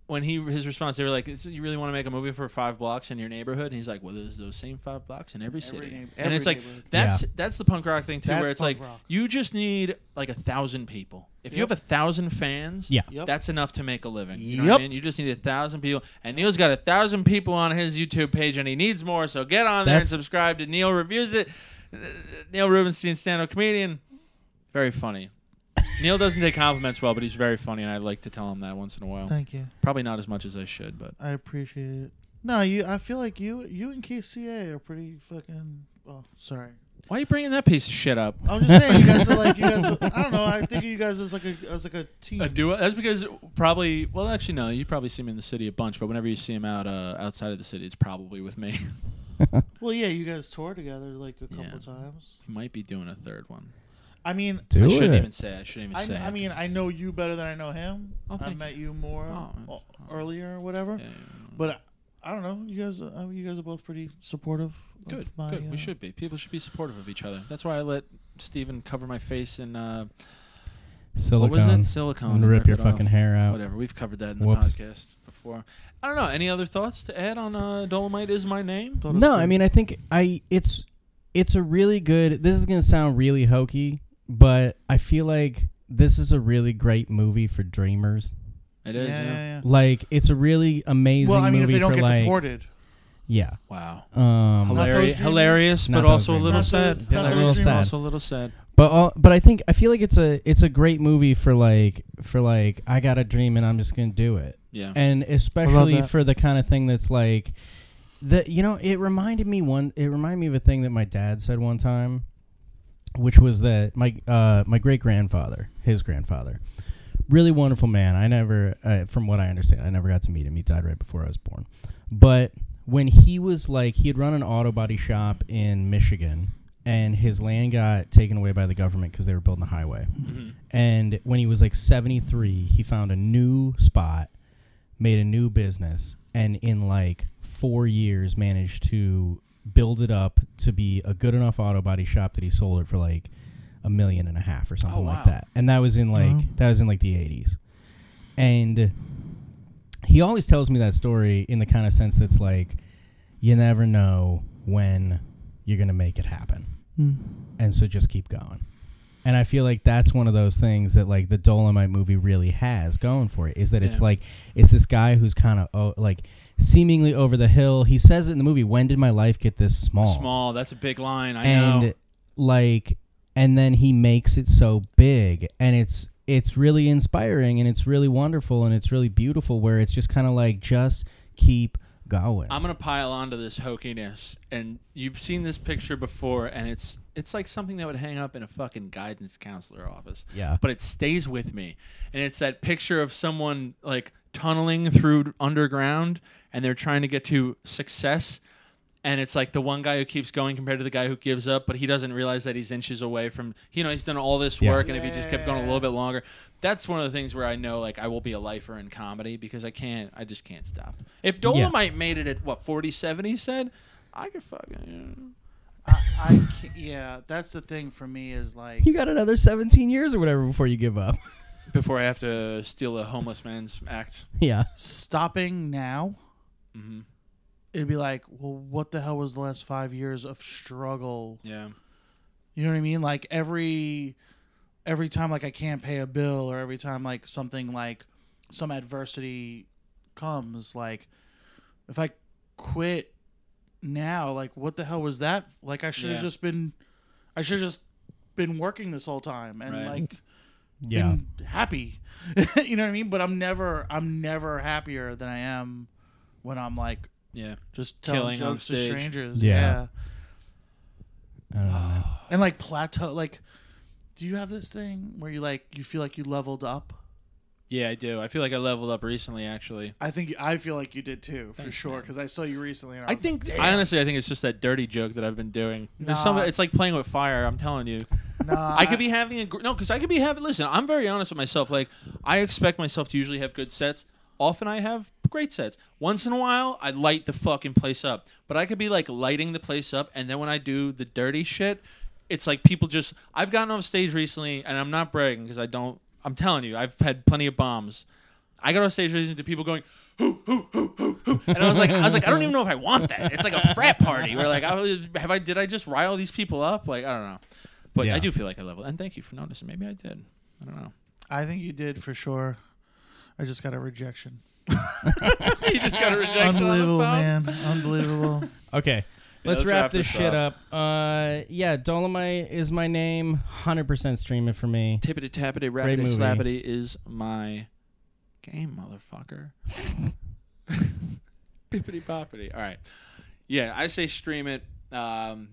Speaker 2: when he his response they were like "So you really want to make a movie for five blocks in your neighborhood and he's like well there's those same five blocks in every city
Speaker 4: neighbor-
Speaker 2: and
Speaker 4: every
Speaker 2: it's like
Speaker 4: neighborhood.
Speaker 2: that's that's the punk rock thing too
Speaker 4: That's
Speaker 2: where it's
Speaker 4: punk
Speaker 2: like
Speaker 4: rock.
Speaker 2: you just need like a thousand people if you
Speaker 4: Yep.
Speaker 2: have a thousand fans
Speaker 3: Yeah.
Speaker 4: Yep.
Speaker 2: that's enough to make a living you know what
Speaker 4: Yep.
Speaker 2: I mean? you just need a thousand people and Neil's got a thousand people on his YouTube page and he needs more so get on there and
Speaker 3: That's-
Speaker 2: subscribe to Neil reviews it Uh, Neil Rubenstein stand up comedian very funny Neil doesn't take compliments well, but he's very funny, and I like to tell him that once in a while.
Speaker 4: Thank you.
Speaker 2: Probably not as much as I should, but
Speaker 4: I appreciate it. No, you. I feel like you, you and KCA are pretty fucking. Oh, sorry.
Speaker 2: why are you bringing that piece of shit up?
Speaker 4: I'm just saying, you guys are like you guys. Are, I don't know. I think of you guys as like a as like a team.
Speaker 2: A duo? That's because probably. Well, actually, no. You probably see him in the city a bunch, but whenever you see him out uh, outside of the city, it's probably with me.
Speaker 4: Well, yeah, you guys toured together like a couple
Speaker 2: Yeah.
Speaker 4: times.
Speaker 2: he might be doing a third one.
Speaker 4: I mean,
Speaker 3: do
Speaker 2: I shouldn't
Speaker 3: it.
Speaker 2: even say. I shouldn't even
Speaker 4: I,
Speaker 2: say.
Speaker 4: I
Speaker 2: it.
Speaker 4: mean, I know you better than I know him.
Speaker 2: Oh,
Speaker 4: I
Speaker 2: thank
Speaker 4: met you more
Speaker 2: Oh,
Speaker 4: o-
Speaker 2: oh.
Speaker 4: earlier or whatever.
Speaker 2: Yeah, yeah,
Speaker 4: But I, I don't know. You guys, uh, uh, you guys are both pretty supportive.
Speaker 2: good.
Speaker 4: Of my,
Speaker 2: good.
Speaker 4: uh,
Speaker 2: we should be. People should be supportive of each other. That's why I let Steven cover my face in uh,
Speaker 3: silicone.
Speaker 2: What was it? Silicone.
Speaker 3: And
Speaker 2: and
Speaker 3: rip your
Speaker 2: it off.
Speaker 3: fucking hair out.
Speaker 2: Whatever. We've covered that in the
Speaker 3: Whoops.
Speaker 2: podcast before. I don't know. Any other thoughts to add on uh, Dolomite is my name?
Speaker 4: thought it was
Speaker 3: No, I
Speaker 4: good.
Speaker 3: mean I think I it's it's a really good this is going to sound really hokey, but I feel like this is a really great movie for dreamers.
Speaker 2: It
Speaker 4: yeah,
Speaker 2: is.
Speaker 4: yeah,
Speaker 2: Yeah.
Speaker 4: yeah.
Speaker 3: Like it's a really amazing
Speaker 4: Well, I mean, if
Speaker 3: movie
Speaker 4: they don't
Speaker 3: for
Speaker 4: get
Speaker 3: like
Speaker 4: deported,
Speaker 3: yeah.
Speaker 2: Wow.
Speaker 3: Um
Speaker 4: Not those
Speaker 2: Hilarious,
Speaker 4: dreamers.
Speaker 2: hilarious,
Speaker 3: Not
Speaker 2: but
Speaker 3: those
Speaker 2: also a
Speaker 3: dreamers.
Speaker 2: little
Speaker 4: Not
Speaker 2: sad.
Speaker 4: those- not
Speaker 2: Hilarious,
Speaker 3: those dreamers.
Speaker 2: also a little sad.
Speaker 3: But all, but I think I feel like it's a it's a great movie for like for like I got a dream and I'm just gonna do it,
Speaker 2: Yeah.
Speaker 3: and especially
Speaker 4: that.
Speaker 3: for the kind of thing that's like that you know it reminded me one it reminded me of a thing that my dad said one time, which was that my uh, my great grandfather his grandfather really wonderful man. I never, uh, from what I understand, I never got to meet him. He died right before I was born. But when he was like, he had run an auto body shop in Michigan, and his land got taken away by the government because they were building a highway. And when he was like 73, he found a new spot, made a new business, and in like four years managed to build it up to be a good enough auto body shop that he sold it for like a million and a half or something like that. And that was in like that was in like the 80s. And he always tells me that story in the kind of sense that's like you never know when you're going to make it happen.
Speaker 2: Hmm.
Speaker 3: And so just keep going. And I feel like that's one of those things that like the Dolomite movie really has going for it is that it's
Speaker 2: Yeah.
Speaker 3: like it's this guy who's kind of oh, like seemingly over the hill. He says it in the movie, "When did my life get this small?"
Speaker 2: Small. That's a big line. I
Speaker 3: and
Speaker 2: know.
Speaker 3: like and then he makes it so big and it's it's really inspiring and it's really wonderful and it's really beautiful where it's just kind of like just keep going.
Speaker 2: I'm gonna pile onto this hokiness, and you've seen this picture before, and it's it's like something that would hang up in a fucking guidance counselor office.
Speaker 3: Yeah.
Speaker 2: But it stays with me, and it's that picture of someone like tunneling through underground, and they're trying to get to success, and it's like the one guy who keeps going compared to the guy who gives up, but he doesn't realize that he's inches away from you know he's done all this
Speaker 3: Yeah.
Speaker 2: work, and if he just kept going a little bit longer, that's one of the things where I know like I will be a lifer in comedy because I can't I just can't stop. If Dolomite made it at what forty seven, he said, I could fucking
Speaker 4: I can't, yeah, that's the thing for me is like
Speaker 3: you got another 17 years or whatever before you give up.
Speaker 2: before I have to steal a homeless man's act.
Speaker 3: yeah.
Speaker 4: stopping now.
Speaker 2: Mm-hmm.
Speaker 4: It'd be like, well, what the hell was the last five years of struggle?
Speaker 2: Yeah,
Speaker 4: You know what I mean? Like every every time like I can't pay a bill or every time like something like some adversity comes like if I quit now like what the hell was that? Like I should have
Speaker 2: Yeah.
Speaker 4: just been I should have just been working this whole time and
Speaker 2: Right.
Speaker 4: like
Speaker 3: Yeah.
Speaker 4: been happy. you know what I mean? But I'm never I'm never happier than I am when I'm like
Speaker 2: yeah.
Speaker 4: just telling
Speaker 2: Killing on
Speaker 4: jokes to
Speaker 2: stage.
Speaker 4: strangers.
Speaker 3: Yeah.
Speaker 4: yeah.
Speaker 3: I don't know, man.
Speaker 4: And like plateau, like, do you have this thing where you like you feel like you leveled up?
Speaker 2: Yeah, I do. I feel like I leveled up recently, actually.
Speaker 4: I think I feel like you did too, for sure, because I saw you recently. And I,
Speaker 2: I
Speaker 4: was
Speaker 2: think, I honestly, I think it's just that dirty joke that I've been doing. There's some,
Speaker 4: Nah.
Speaker 2: it's like playing with fire. I'm telling you.
Speaker 4: like, nah,
Speaker 2: I could be having a gr- no, because I could be having. Listen, I'm very honest with myself. Like, I expect myself to usually have good sets. Often, I have great sets. Once in a while, I light the fucking place up. But I could be like lighting the place up, and then when I do the dirty shit, it's like people just. I've gotten off stage recently, and I'm not bragging because I don't. I'm telling you, I've had plenty of bombs. I got off stage listening to people going, hoo, hoo, hoo, hoo, hoo. And I was like, I was like, I don't even know if I want that. It's like a frat party where like, I was, have I, did I just rile these people up? Like, I don't know. But
Speaker 3: Yeah.
Speaker 2: I do feel like I leveled. And thank you for noticing. Maybe I did. I don't know.
Speaker 4: I think you did for sure. I just got a rejection.
Speaker 2: you just got a rejection
Speaker 4: Unbelievable, man! Unbelievable.
Speaker 3: Okay. Let's,
Speaker 2: let's
Speaker 3: wrap,
Speaker 2: wrap
Speaker 3: this
Speaker 2: this
Speaker 3: shit up. Uh, yeah, Dolomite is my name. 100% streaming for me.
Speaker 2: Tippity tappity, rappity
Speaker 3: Great movie.
Speaker 2: slappity is my game, motherfucker. Bippity boppity. All right. Yeah, I say stream it. Um,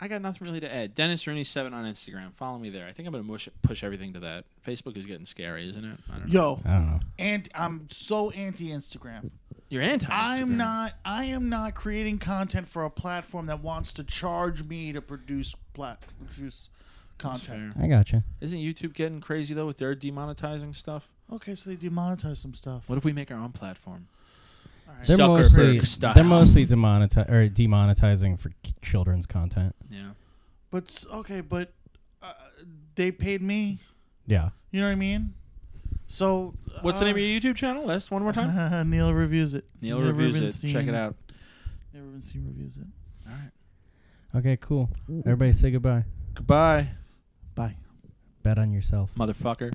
Speaker 2: I got nothing really to add. Dennis Rooney seven on Instagram. Follow me there. I think I'm gonna mush, push everything to that. Facebook is getting scary, isn't it? I don't know.
Speaker 4: Yo,
Speaker 3: I don't know.
Speaker 4: and I'm so anti Instagram.
Speaker 2: You're anti.
Speaker 4: I'm not. I am not creating content for a platform that wants to charge me to produce plat produce content.
Speaker 3: I gotcha.
Speaker 2: Isn't YouTube getting crazy though with their demonetizing stuff?
Speaker 4: Okay, so they demonetize some stuff.
Speaker 2: What if we make our own platform?
Speaker 3: They're
Speaker 2: Zuckerberg
Speaker 3: mostly,
Speaker 2: style.
Speaker 3: they're mostly demonetize or demonetizing for k- children's content.
Speaker 2: Yeah.
Speaker 4: But s- okay, but uh, they paid me.
Speaker 3: Yeah.
Speaker 4: You know what I mean? So
Speaker 2: What's the name of your YouTube channel? Last one more time.
Speaker 4: Uh, Neil reviews it.
Speaker 2: Uh, Neil reviews it.
Speaker 4: Rubenstein-
Speaker 2: Check it out.
Speaker 4: Neil Rubenstein reviews it.
Speaker 2: All right.
Speaker 3: Okay, cool. Everybody say goodbye.
Speaker 2: Goodbye,
Speaker 4: Bye.
Speaker 3: Bet on yourself.
Speaker 2: motherfucker.